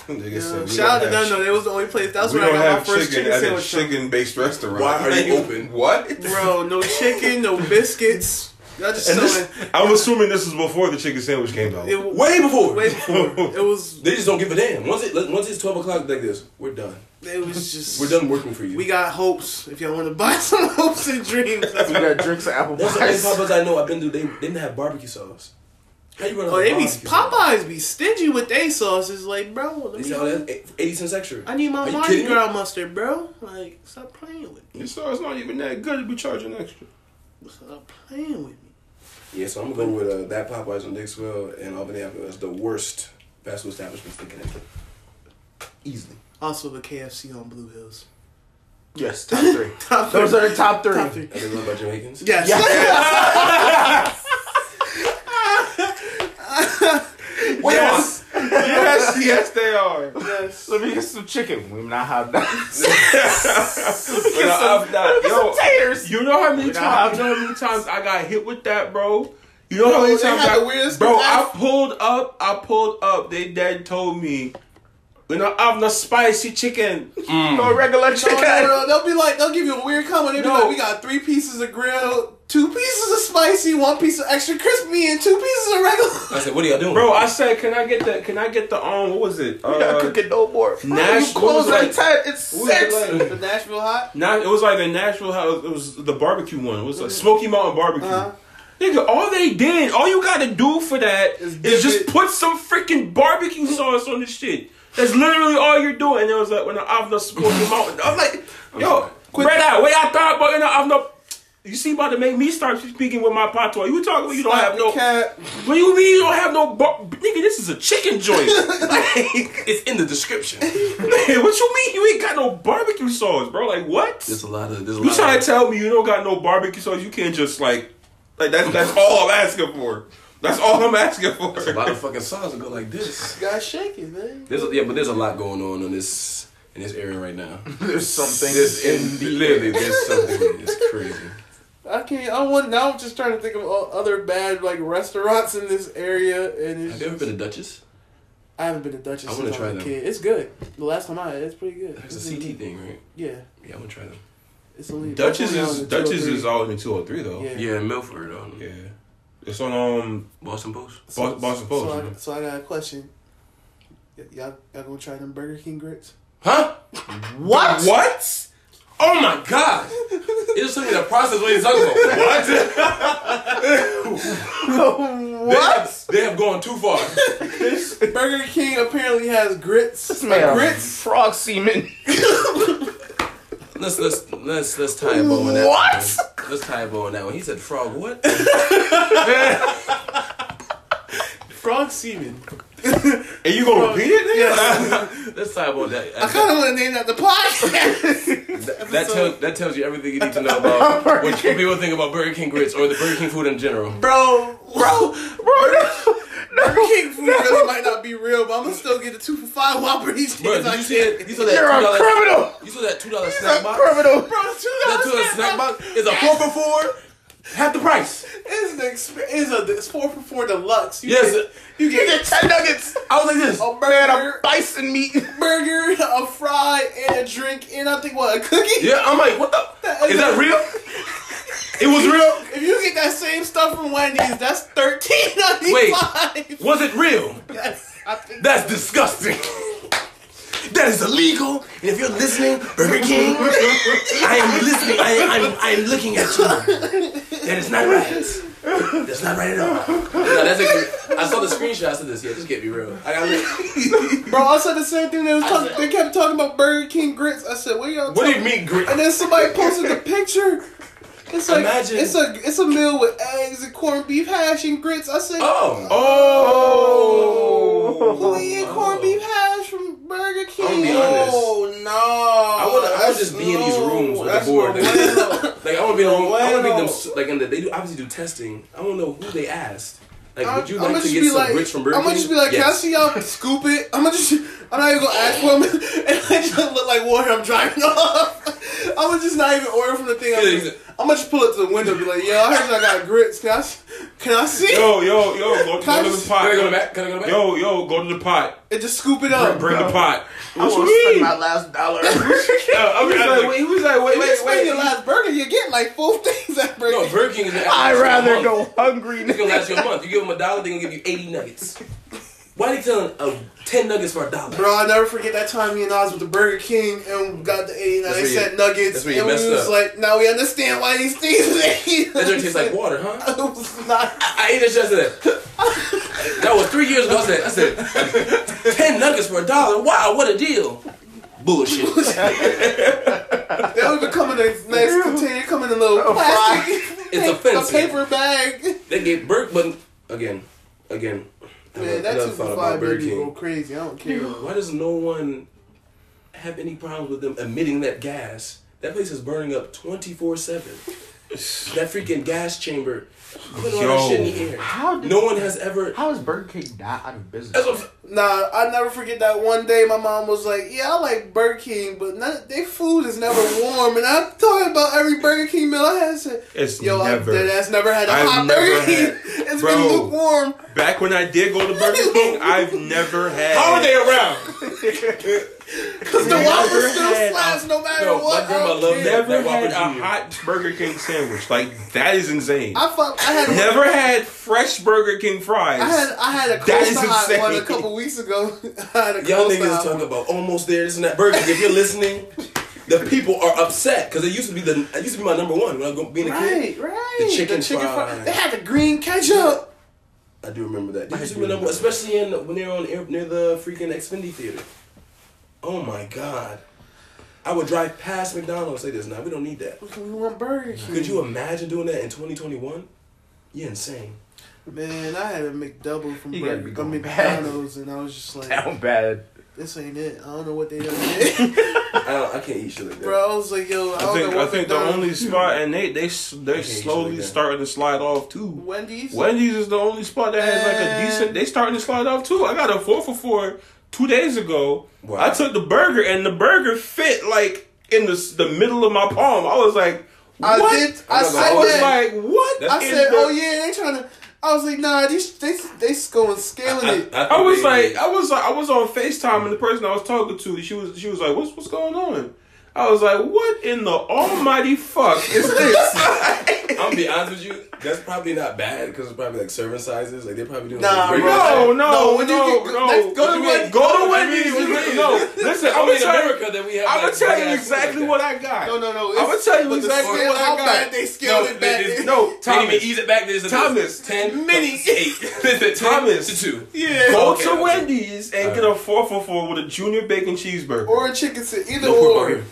E: Nigga said, we
A: Shout out to
E: don't have
A: them though. That was the only place. That's
E: We
A: where I
E: don't
A: got my
E: have
A: first
E: chicken
A: chicken,
E: at a
A: sandwich. from.
E: chicken-based restaurant.
D: Why are you
E: Like,
D: open?
E: What?
A: Bro, no chicken, no biscuits. Y'all just
E: And
A: selling.
E: this, I'm assuming this is before the chicken sandwich came out.
A: it,
D: Way before.
A: way before. It was.
D: They just don't give a damn. Once it once it's twelve o'clock, like this, we're done.
A: It was just.
D: We're done working for you.
A: We got hopes. If y'all want to buy some hopes and dreams, that's
C: We got drinks and apple
D: That's the only
C: pies.
D: Popeyes I know I've been to. They, they didn't have barbecue sauce. How you running?
A: Oh, they be
D: sauce?
A: Popeyes be stingy with they sauces. Like, bro, let
D: They
A: me-
D: said, oh, that's eight- eighty cents extra.
A: I need my
D: Are you
A: Mardi
D: kidding me?
A: Gras mustard, bro. Like, stop playing with me.
E: You saw it's not even that good to be charging extra.
A: Stop playing with me.
D: Yeah, so I'm gonna go with uh, that Popeyes on Dixwell and Albany Avenue as the worst fast food establishments in Connecticut. Easily.
A: Also, the KFC on Blue Hills.
C: Yes, top three.
A: Top
C: Those are the top three.
A: Top three.
D: I didn't know about Jamaicans.
A: Yes.
E: Yes, yes, yes, they are.
A: yes.
C: Let me get some chicken. We not have that.
E: Yo, I've not- yo,
C: Taters.
E: you know how many
C: Nah, I've
E: times? You know how many times I got hit with that, bro. You know how many
A: they
E: times
A: had
E: I,
A: the weirdest
E: bro?
A: ass-
E: I pulled up. I pulled up. They dad told me We don't have no spicy chicken.
B: Mm.
E: regular
A: No, no, no, they'll be like, they'll give you a weird comment. They'll be
E: No.
A: like, we got three pieces of grilled, two pieces of spicy, one piece of extra crispy, and two pieces of regular.
D: I said, what are y'all doing?
B: Bro, I said, can I get the, can I get the, um, what was it?
E: We gotta cook it no more. Bro,
B: Nash-
E: you
B: what was
E: close
B: it
E: at
B: like?
E: ten. It's
B: What was it
E: six.
B: like?
A: the Nashville hot.
B: Now it was like the Nashville house. It was the barbecue one. It was like Smoky Mountain barbecue. Nigga, all they did, all you gotta do for that
A: Is
B: is,
A: dip
B: just
A: it.
B: put some freaking barbecue sauce on this shit. That's literally all you're doing. And it was like when I have no Smoky Mountain. I'm like, yo, spread out. Wait, I thought about and I have no. You see, about to make me start speaking with my patois. You talking about you don't have no.
A: Cat.
B: What do you mean you don't have no bar- nigga? This is a chicken joint. like,
D: it's in the description.
B: man, what you mean you ain't got no barbecue sauce, bro? Like what?
D: There's a lot of there's a
B: You
D: lot
B: trying
D: of
B: to tell me you don't got no barbecue sauce? You can't just like, like that's that's all I'm asking for. That's all I'm asking for.
D: there's a lot of fucking songs that go like this.
A: Gotta shake it, man.
D: There's a, yeah, but there's a lot going on in this in this area right now.
C: There's something
D: There's
C: in
D: in
C: the
D: literally there's something. It's crazy.
A: I can't. I want. Now I'm just trying to think of all other bad like restaurants in this area, and it's
D: Have you ever been to Duchess?
A: I haven't been to Dutchess
D: I wanna
A: since I
D: try
A: was a
D: them.
A: kid. It's good. The last time I had, it, it's pretty good.
D: It's
A: It's
D: a
A: really
D: CT
A: good.
D: thing, right?
A: Yeah,
D: Yeah, I'm gonna try them.
A: it's only
B: Dutchess
A: it's only down
B: is
A: to two or
B: Dutchess
A: three.
B: is always been two or three though.
A: Yeah.
B: Yeah,
D: oh Yeah, Milford on
B: it's on um
D: Boston Post.
B: Boston, Boston Post.
A: So I,
B: man.
A: so I got a question. Y- y'all, y'all gonna try them Burger King grits?
D: Huh?
C: What?
B: What? Oh my god!
D: God! It just took me the process what he's talking about.
B: What?
C: What?
D: They have gone too far.
A: Burger King apparently has grits.
C: Man,
A: grits.
C: frog semen.
D: Let's let's let's let's tie a bow on that.
C: What?
D: One. Let's tie a bow on that one. He said frog. What?
A: Frog semen.
B: And you gonna repeat it? Nigga?
D: let's tie a bow on that. uh,
A: I kind of want to name that the podcast.
D: that, that tells that tells you everything you need to know about what people think about Burger King grits or the Burger King food in general.
A: bro, bro,
C: Bro,
A: Burger King food really might not be real, but I'm gonna still get a two for five Whopper these days.
D: Bro,
A: I
D: did you see
A: can.
D: that? You saw
C: you're a
D: that two dollar.
C: criminal.
D: You saw that two dollar
C: You're a
D: snack box.
C: criminal.
A: Bro, two
D: That two dollar
A: dollars
D: snack box is a four for four, half the price.
A: It's the exp- it's a it's four for four deluxe. You
D: Yes.
A: get, you
C: You get
A: get
C: ten nuggets.
D: I was like this.
A: a
C: Man, a
A: burger,
C: bison meat.
A: burger, a fry, and a drink, and I think what a cookie.
D: Yeah, I'm like, what the? Is that real? It was real.
A: If you get that same stuff from Wendy's, that's thirteen ninety five.
D: Was it real?
A: Yes, I think
D: That's disgusting. That is illegal. And if you're listening, Burger King, I am listening. I am, I'm, I'm looking at you. That is not right. That's not right at all. No, that's a, I saw the screenshots of this. Yeah, just get me real. I got
A: Bro, I said the same thing. They was talking,
D: said-
A: they kept talking about Burger King grits. I said, "What y'all?"
D: What do
A: talking-"
D: you mean grit?
A: And then somebody posted the picture. It's like
D: Imagine-
A: it's a it's a meal with eggs and corned beef hash and grits. I said,
D: Oh,
B: Oh.
A: "Who eating corned beef hash from Burger King?"
D: be honest.
A: Oh no! I
D: wanna- I wanna just be in these rooms with the board. like I want to be. Alone, I want to be them. s- Like in the, they do obviously do testing. I want to know who they asked. Like, would you like to get some grits from Burger
A: I'm
D: King?
A: gonna just be like,
D: Yes.
A: can I see y'all scoop it? I'm gonna just, I'm not even gonna ask for them, and I just look like water. I'm driving off. I'm gonna just not even order from the thing. I'm,
D: Yeah,
A: just,
D: he's-
A: I'm gonna just pull up to the window, and be like, yo, I heard y'all got grits. Can I, s- can I see? it?
B: Yo, yo, yo, go, go to the
D: Can I go
B: pot.
D: back? Can I go back?
B: Yo, yo, go to the pot.
A: And just scoop it up.
B: Bring the pot.
C: I
B: What
C: want
B: you
C: to spend
B: mean?
C: my last dollar.
B: Yeah, I mean, I was like,
E: He was like,
A: If you spend your last burger, you get like four things at Burger
D: No,
A: King.
D: Burger King is. an
C: I'd
D: actual
C: rather
D: month.
C: go hungry.
D: It's gonna last you a month. You give them a dollar, they're gonna give you eighty nuggets. Why are they telling uh, ten nuggets for a dollar?
A: Bro, I'll never forget that time me and I was with the Burger King and we got the 89
D: That's where you-
A: cent nuggets.
D: that's where you
A: and we
D: messed
A: was
D: up.
A: like, now we understand why these things are 89
D: That drink tastes like
A: cent.
D: water, huh?
A: It was not.
D: I ate this yesterday. that was three years ago. I said, I said, ten nuggets for a dollar. Wow, what a deal! Bullshit.
A: They don't even come in a nice container, they come in a little plastic.
D: It's
A: A
D: offensive.
A: paper bag.
D: They get burnt, but again, again.
A: Man, that
D: another
A: two
D: thought
A: for
D: about
A: five
D: Burger
A: made me go
D: King.
A: crazy. I don't care.
D: Why does no one have any problems with them emitting that gas? That place is burning up twenty four seven. That freaking gas chamber. Putting all
B: Yo.
D: that shit in the air.
C: How did-
D: no one has ever.
C: How is Burger King not out of business?
D: That's what I'm saying.
A: Nah, I never forget that one day my mom was like, "Yeah, I like Burger King, but none, they food is never warm." And I'm talking about every Burger King meal I had. Said,
B: It's
A: Yo,
B: never.
A: I dead ass never had a
B: I've
A: hot
B: never
A: Burger
B: had-
A: King. It's
B: Bro.
A: been lukewarm.
B: Back when I did go to Burger King, I've never had.
D: How are they around?
A: Cause the
B: Never
A: Whopper still
B: had a-
A: slaps no matter
D: Bro, my
A: what.
D: grandma
A: I don't
D: loved
A: care.
D: that.
B: Never had
D: Whopper
B: a
D: Jr.
B: hot Burger King sandwich. Like that is insane.
A: I fuck. I had
B: Never had fresh Burger King fries.
A: I had I had a
B: That is
A: Costa Hot one a
B: insane.
A: couple weeks ago. I had a
D: Y'all
A: Costa
D: niggas
A: Hot
D: talking
A: one.
D: about almost there, this and that. Burger, King, if you're listening, the people are upset because it used to be the it used to be my number one when I was being a
A: Right,
D: kid.
A: right.
D: The chicken fries.
A: They had the green ketchup.
D: I do remember that. They used to be my number, one, especially in when they were on air, near the freaking Xfinity theater. Oh my god, I would drive past McDonald's. Say this now, we don't need that.
A: We want Burger King.
D: Could you imagine doing that in 2021? You're insane.
A: Man, I had a McDouble from
C: You gotta be
A: Burger, from
C: going
A: McDonald's, and I was just like,
C: How bad.
A: "This ain't it." I don't know what they done did,
D: I, don't, I can't eat shit like that.
A: bro. I was like, "Yo, I
B: I
A: don't
B: think
A: know what
B: I think the
A: McDonald's-
B: only spot, and they they s- they're
D: hate shit
B: slowly
D: like that.
B: starting to slide off too.
A: Wendy's.
B: Wendy's is the only spot that has like a
A: Man.
B: decent. They starting to slide off too. I got a four for four two days ago.
D: Wow.
B: I took the burger and the burger fit like in the s- the middle of my palm. I was like,
A: I
B: what?
A: did. I
D: I'm not gonna
A: said
D: hold
B: was
D: you.
A: that.
B: like, what?
A: I
B: is
A: said,
B: the-
A: "Oh yeah, they trying to." I was like, "Nah, these they they going scaling
D: I,
A: it."
D: I-
B: I was like, I was like, I was on Facetime, and the person I was talking to, she was, she was like, "What's what's going on?" I was like, "What in the almighty fuck is this?"
D: I'm gonna be honest with you. That's probably not bad because it's probably like serving sizes. Like they're probably doing.
A: Nah,
D: like,
A: bro.
B: no,
A: No,
B: no, no,
A: when you
B: no.
A: get- let's go
B: What
A: to
B: you mean?
A: Wendy's.
B: Go to
D: What you
B: Wendy's.
D: mean?
B: you
D: What you
B: mean? No,
D: mean?
B: listen,
D: I
B: I'm
D: mean,
B: gonna tell you.
D: America that we have.
B: I'm gonna
D: like,
B: tell
D: big
B: you
D: ass food
B: exactly
D: like
B: what
D: that.
B: I got.
A: No, no, no.
B: I'm gonna
A: it's-
B: tell
A: but
B: you
A: the
B: exactly
A: scale,
B: what I
A: how
B: got.
A: bad they
D: No,
A: scaled
D: they,
A: it back.
D: they-
B: No,
D: they didn't
B: Thomas.
D: even ease it back. There's a
B: Thomas.
D: ten
B: Mini.
D: eight. Ten
B: Thomas.
D: to two.
A: yeah.
B: Go
D: Okay,
B: to
D: okay.
B: Wendy's and get a four for four with a junior bacon cheeseburger.
A: or a chicken sit, either
D: No pork
A: or.
D: bargain.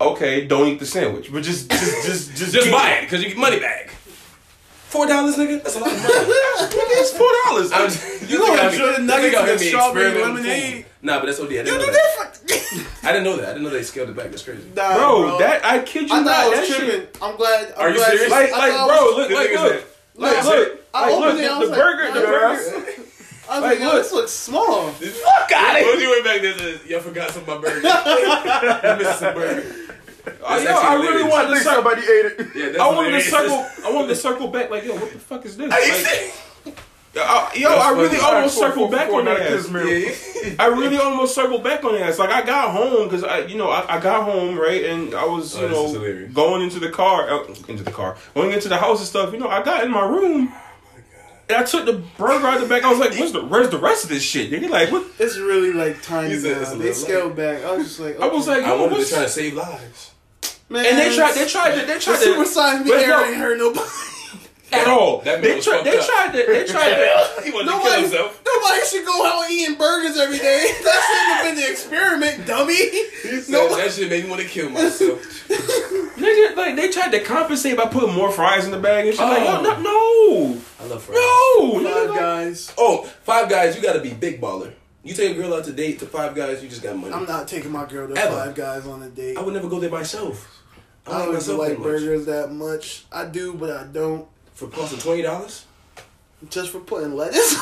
B: okay, don't eat the sandwich, but just, just, just, just,
D: Just
B: get
D: buy it because you get money back. Four dollars, nigga. That's a lot of money.
B: It's four dollars.
D: I'm-
B: You
D: think
B: gonna
D: I'm-
B: enjoy the
D: you
B: nuggets
D: think I'm
B: and the
D: me
B: strawberry
D: experimenting with
B: lemonade?
D: food. Nah, but that's OD. I didn't,
A: You
D: know
A: do
D: that.
A: different.
D: I didn't know that. I didn't know they scaled it back. That's crazy.
A: Nah,
B: bro, that I kid you
A: I
B: not.
A: thought I
B: That
A: was
B: shit-
A: tripping. I'm glad. I'm
D: Are you
A: glad
D: serious?
A: I
B: Like, like,
A: thought I
B: bro,
A: was-
B: look,
D: Good
B: like,
D: niggas
B: look,
D: that-
B: like,
A: No,
B: look,
A: I
B: like,
A: opened
B: look,
A: it, I
B: the
A: was like,
B: burger, the
A: nah,
B: burger.
A: I was like,
B: Like,
A: yo, this looks small.
B: Fuck out
D: The only way back there is y'all forgot some of my burger. you missed some burger. That's
B: Yo,
D: actually
B: I really
D: hilarious.
B: wanted to circle.
C: ate it.
D: Yeah, that's
B: I wanted to
D: hilarious.
B: circle. I wanted to circle back. Like, yo, what the fuck is this?
D: you
B: Like, yo, I- yo, I
D: funny.
B: really almost circled back on that. ass.
D: Yeah, yeah.
B: I really almost circled back on that. Like I got home because I, you know, I, I got home right, and I was, you
D: Oh, this is
B: know,
D: hilarious.
B: going into the car, uh, into the car, going into the house and stuff. You know, I got in my room. And I took the burger out the back. I was like, "Where's the where's the rest of this shit?" Nigga, like, what?
A: It's really like tiny
D: He said it's
A: now.
D: a
A: They
D: little
A: scaled back. I was just like,
B: I was
A: okay.
B: like,
D: I
B: yo,
D: wanted to
B: what's
D: try to save lives.
A: man,
B: And they tried. They tried to. They
A: The
B: tried
A: super
B: to
A: size me
B: But
A: hair
B: no.
A: ain't hurt nobody.
B: at all.
D: That man
B: they
D: was
B: tried. They
D: fucked
B: tried to. They tried to.
D: He wanted to kill
A: Nobody,
D: himself.
A: nobody should go out eating burgers every day. That shouldn't have been the experiment, dummy.
D: No, that shit made me want to kill myself.
B: Nigga, like they tried to compensate by putting more fries in the bag and shit. Like, yo,
D: Oh.
B: no, no,
D: I love fries.
B: no, nigga,
A: Five
B: like-
A: guys.
D: Oh, Five Guys, you gotta be big baller. You take a girl out to date to Five Guys, you just got money.
A: I'm not taking my girl to
D: Ever.
A: Five Guys on a date.
D: I would never go there myself. I,
A: I
D: like
A: don't even
D: myself
A: like
D: like much.
A: burgers that much. I do, but I don't.
D: For costing twenty dollars,
A: Just for putting lettuce.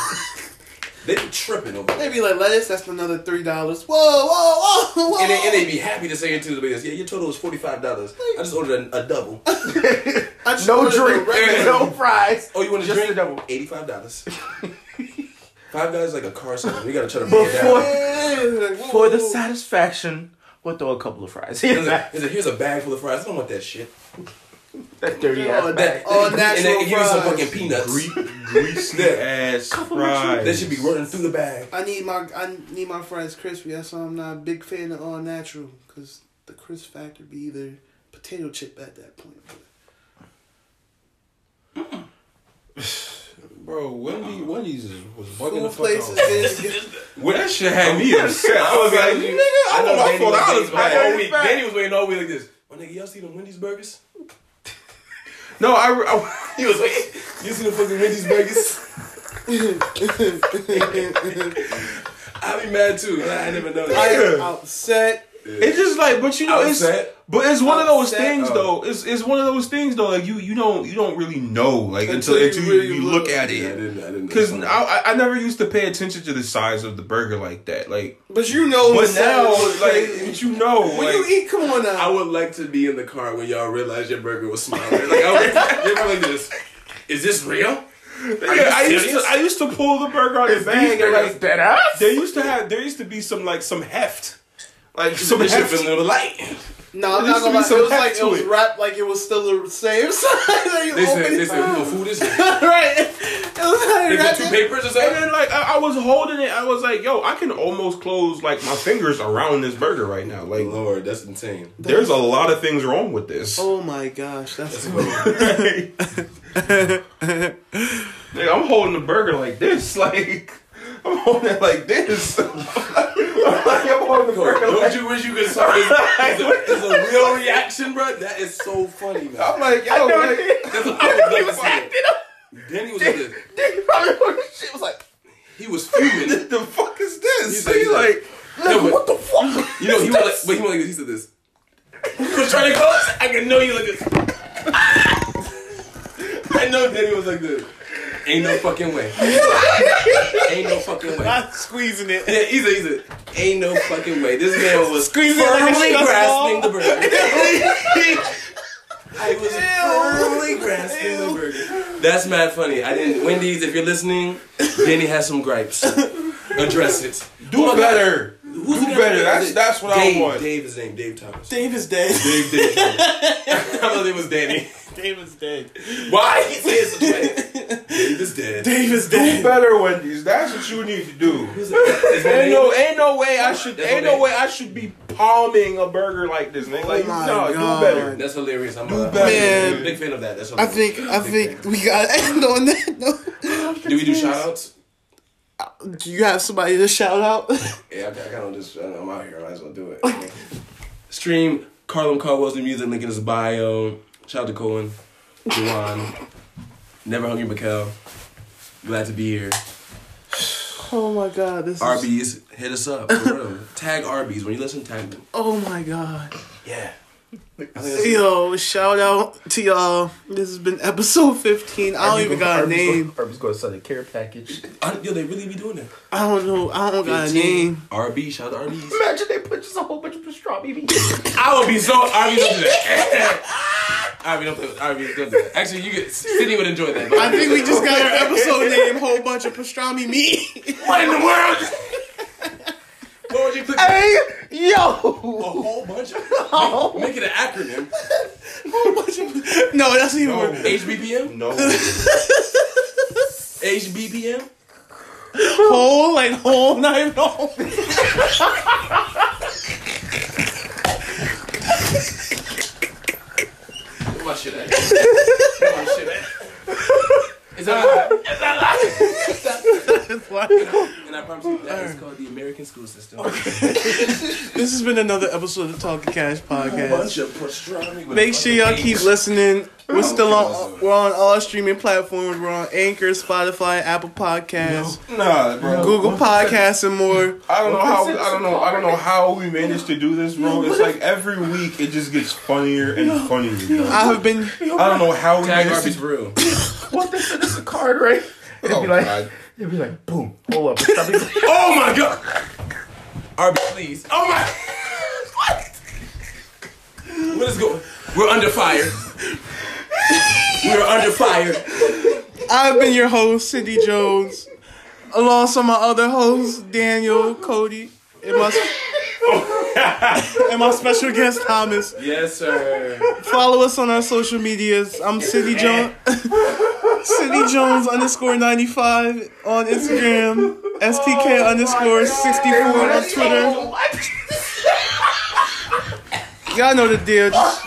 D: they be tripping over.
A: they
D: It.
A: be like lettuce. That's another three dollars. Whoa, whow, whoa, whoa, whoa.
D: And, they, and they be happy to say it to the biggest. Yeah, your total is forty five dollars. I just ordered a, a double.
A: I just
C: No
A: ordered the
C: drink,
A: regular-
C: no fries.
D: Oh, you want to
C: Just
D: drink?
C: a double.
D: Eighty five dollars. Five Guys is like a car salesman. You gotta try to break it
C: Before-
D: down.
A: Yeah. Whoa,
C: For the
A: whoa.
C: satisfaction, we'll throw a couple of fries.
D: Here's a, here's a- here's a bag full of fries. I don't want that shit.
C: That dirty ass
A: Oh,
C: bag.
A: that- All
D: and then
A: natural
D: they give you some
A: fries.
D: fucking peanuts.
B: Gre- greasy ass fries.
D: They should be running through the bag.
A: I need my I need my fries crispy. That's why I'm not a big fan of all natural because the crisp factor be either potato chip at that point.
B: Bro, Wendy, Wendy's is- was bugging
A: Food
B: the
A: places
B: fuck out.
A: is
B: Well, that shit had me upset. I was like, nigga, I
D: know
B: want my
D: Danny
B: four
D: was
B: dollars
D: waiting all
B: back.
D: week. Danny was waiting all week like this. My nigga, y'all see them Wendy's burgers?
B: No, I, I
D: He was like, you see the fucking Wendy's burgers?
A: good.
D: I be mad too. I, I never know that.
A: I am
B: Yeah.
A: upset.
B: It's just like, but you know, it's
E: Upset.
B: but it's one of those
D: Upset.
B: things
E: Oh.
B: though. It's it's one of those things though. Like you you don't you don't really know like until until, you,
E: really
B: you look at
D: Yeah, I
B: it.
D: didn't. I didn't.
B: Because I, I I never used to pay attention to the size of the burger like that. Like,
E: But you know,
B: but
E: the
B: now
E: sandwich is
B: like
E: crazy.
B: but you know
A: What
B: like.
A: you eat? Come on
D: I
A: now.
D: would like to be in the car when y'all realize your burger was smiling. Like I was, they were like this. Is this real?
B: Yeah, I used to I used to pull the burger out of the bag and like
C: better.
B: there used to have there used to be some like some heft. Like some
D: Bishop
B: heft.
D: in the light.
A: No, I'm
B: There
A: not
B: used to
A: gonna
B: be
A: lie. It
B: some
A: was
B: heft
A: like
B: to
A: it was
B: it.
A: wrapped like it was still the same size. Like you
D: They said,
A: open
D: they
A: it-
D: said, what food is this?
A: right. It was like
D: They got
A: wrapped
D: two
A: in-
D: papers or
B: And
D: something?
B: then like I, I was holding it, I was like, yo, I can almost close like my fingers around this burger right now. Like
D: Lord, that's insane.
B: there's a lot of things wrong with this.
A: Oh my gosh, that's
B: Like, I'm holding the burger like this, like I'm holding it like this. like, I'm holding the burger
D: Don't
B: like
D: you wish you could saw this? It's a, it's a real reaction, bro. That is so funny, man.
B: I'm like, yo, like,
D: That's what I was was Danny was like this.
C: He probably looked- she was like,
D: He was fuming.
B: the fuck is this?
D: He's like- he's
B: He
D: like- No, but-
C: what the fuck?
D: You know, he was like, but he was like this. He said this. was trying to close. I can know you like this. I know Danny was like this. Ain't no fucking way. Ain't no fucking way.
A: I'm squeezing it.
D: Yeah, he's a, he's a, ain't no fucking way. This man was
A: Squeezing it like a
D: firmly
A: stress ball.
D: grasping the burger. I was firmly grasping the burger. That's mad funny. I didn't. Wendy's, if you're listening, Danny has some gripes. Address it.
B: Do
D: Oh my God.
B: better.
D: Who's the guy
B: better.
D: that-
B: That's- that's what I
D: Dave,
B: want.
D: Dave is name. Dave Thomas.
A: Dave is dead.
D: Dave, Dave. I thought it was Danny.
A: Dave is dead.
D: Why he said such a Dave is dead.
A: Dave is
B: Do
A: dead.
B: better, Wendy's. That's what you need to do.
D: Is my
B: Ain't
D: name-
B: no, ain't no way I should.
D: That's
B: Ain't
D: what
B: no
D: they-
B: way I should be palming a burger like this, nigga. Like,
A: Oh my
B: no,
A: God.
B: do better.
D: That's hilarious. I'm a,
B: better.
D: I'm a
A: Man.
D: big fan of that. That's
A: I
D: hilarious.
A: think I
D: Big
A: think
D: fan.
A: we got to end on that. No.
D: Do we do shout outs?
A: Do you have somebody to shout out?
D: Yeah, I, I kind of just, I don't know, I'm out here. I might as well do it. Stream Carlin Caldwell's new music, link in his bio. Shout out to Cohen, Juwan, Never Hungry Mikel. Glad to be here.
A: Oh my god, this is.
D: Arby's, hit us up. For real. Tag Arby's. When you listen, tag them.
A: Oh my god.
D: Yeah.
A: Yo, shout out to y'all. This has been episode 15. I don't even got a name.
C: Purpose going to sell the care package.
D: I, yo, they really be doing that.
A: I don't know. I don't got a name.
D: RB, shout out to Arby's.
C: Imagine they put just a whole bunch of pastrami meat.
D: I would be so Arby's don't do that. Arby don't play with Arby's don't do that. Actually, you could Sydney would enjoy that.
A: I think we just got our episode name, whole bunch of pastrami meat.
D: what in the world? what would you click?
C: hey,
D: A
C: yo.
D: whole bunch of make, make it an acronym.
A: Whole bunch of- no, that's even
B: No.
A: more.
D: HBPM.
B: No,
D: HBPM.
A: Whole, like whole, not even whole.
D: Where my shit at? Where my shit at? Is that is that And I promise you that is called the American school system. A
A: This has been another episode of Talking Cash Podcast.
D: bunch of pastrami. with a
A: Make
D: bunch
A: sure
D: of
A: y'all
D: eggs.
A: keep listening. We're still on. We're on all streaming platforms. We're on Anchor, Spotify, Apple Podcasts,
B: nah, bro.
A: Google Podcasts, and more.
B: I don't know how. I don't know. I don't know how we managed to do this, bro. It's like every week it just gets funnier and funnier. bro. I
A: I have been.
B: don't know how we
D: Tag
B: managed
D: Arby's
B: to.
D: for real.
C: What this is a card, right? It'd
B: Oh,
C: be like,
B: God.
C: it'd be like, boom, hold up, pastrami.
D: Oh my god! Arby, please. Oh my! What? What is going? We're under fire. We're under fire.
A: I've been your host, Cindy Jones, alongside my other hosts, Daniel, Cody, and my and my special guest Thomas.
D: Yes, sir.
A: Follow us on our social medias. I'm Cindy Jones. Cindy Jones underscore ninety five on Instagram. STK underscore sixty four on Twitter. Y'all know the deal. Just-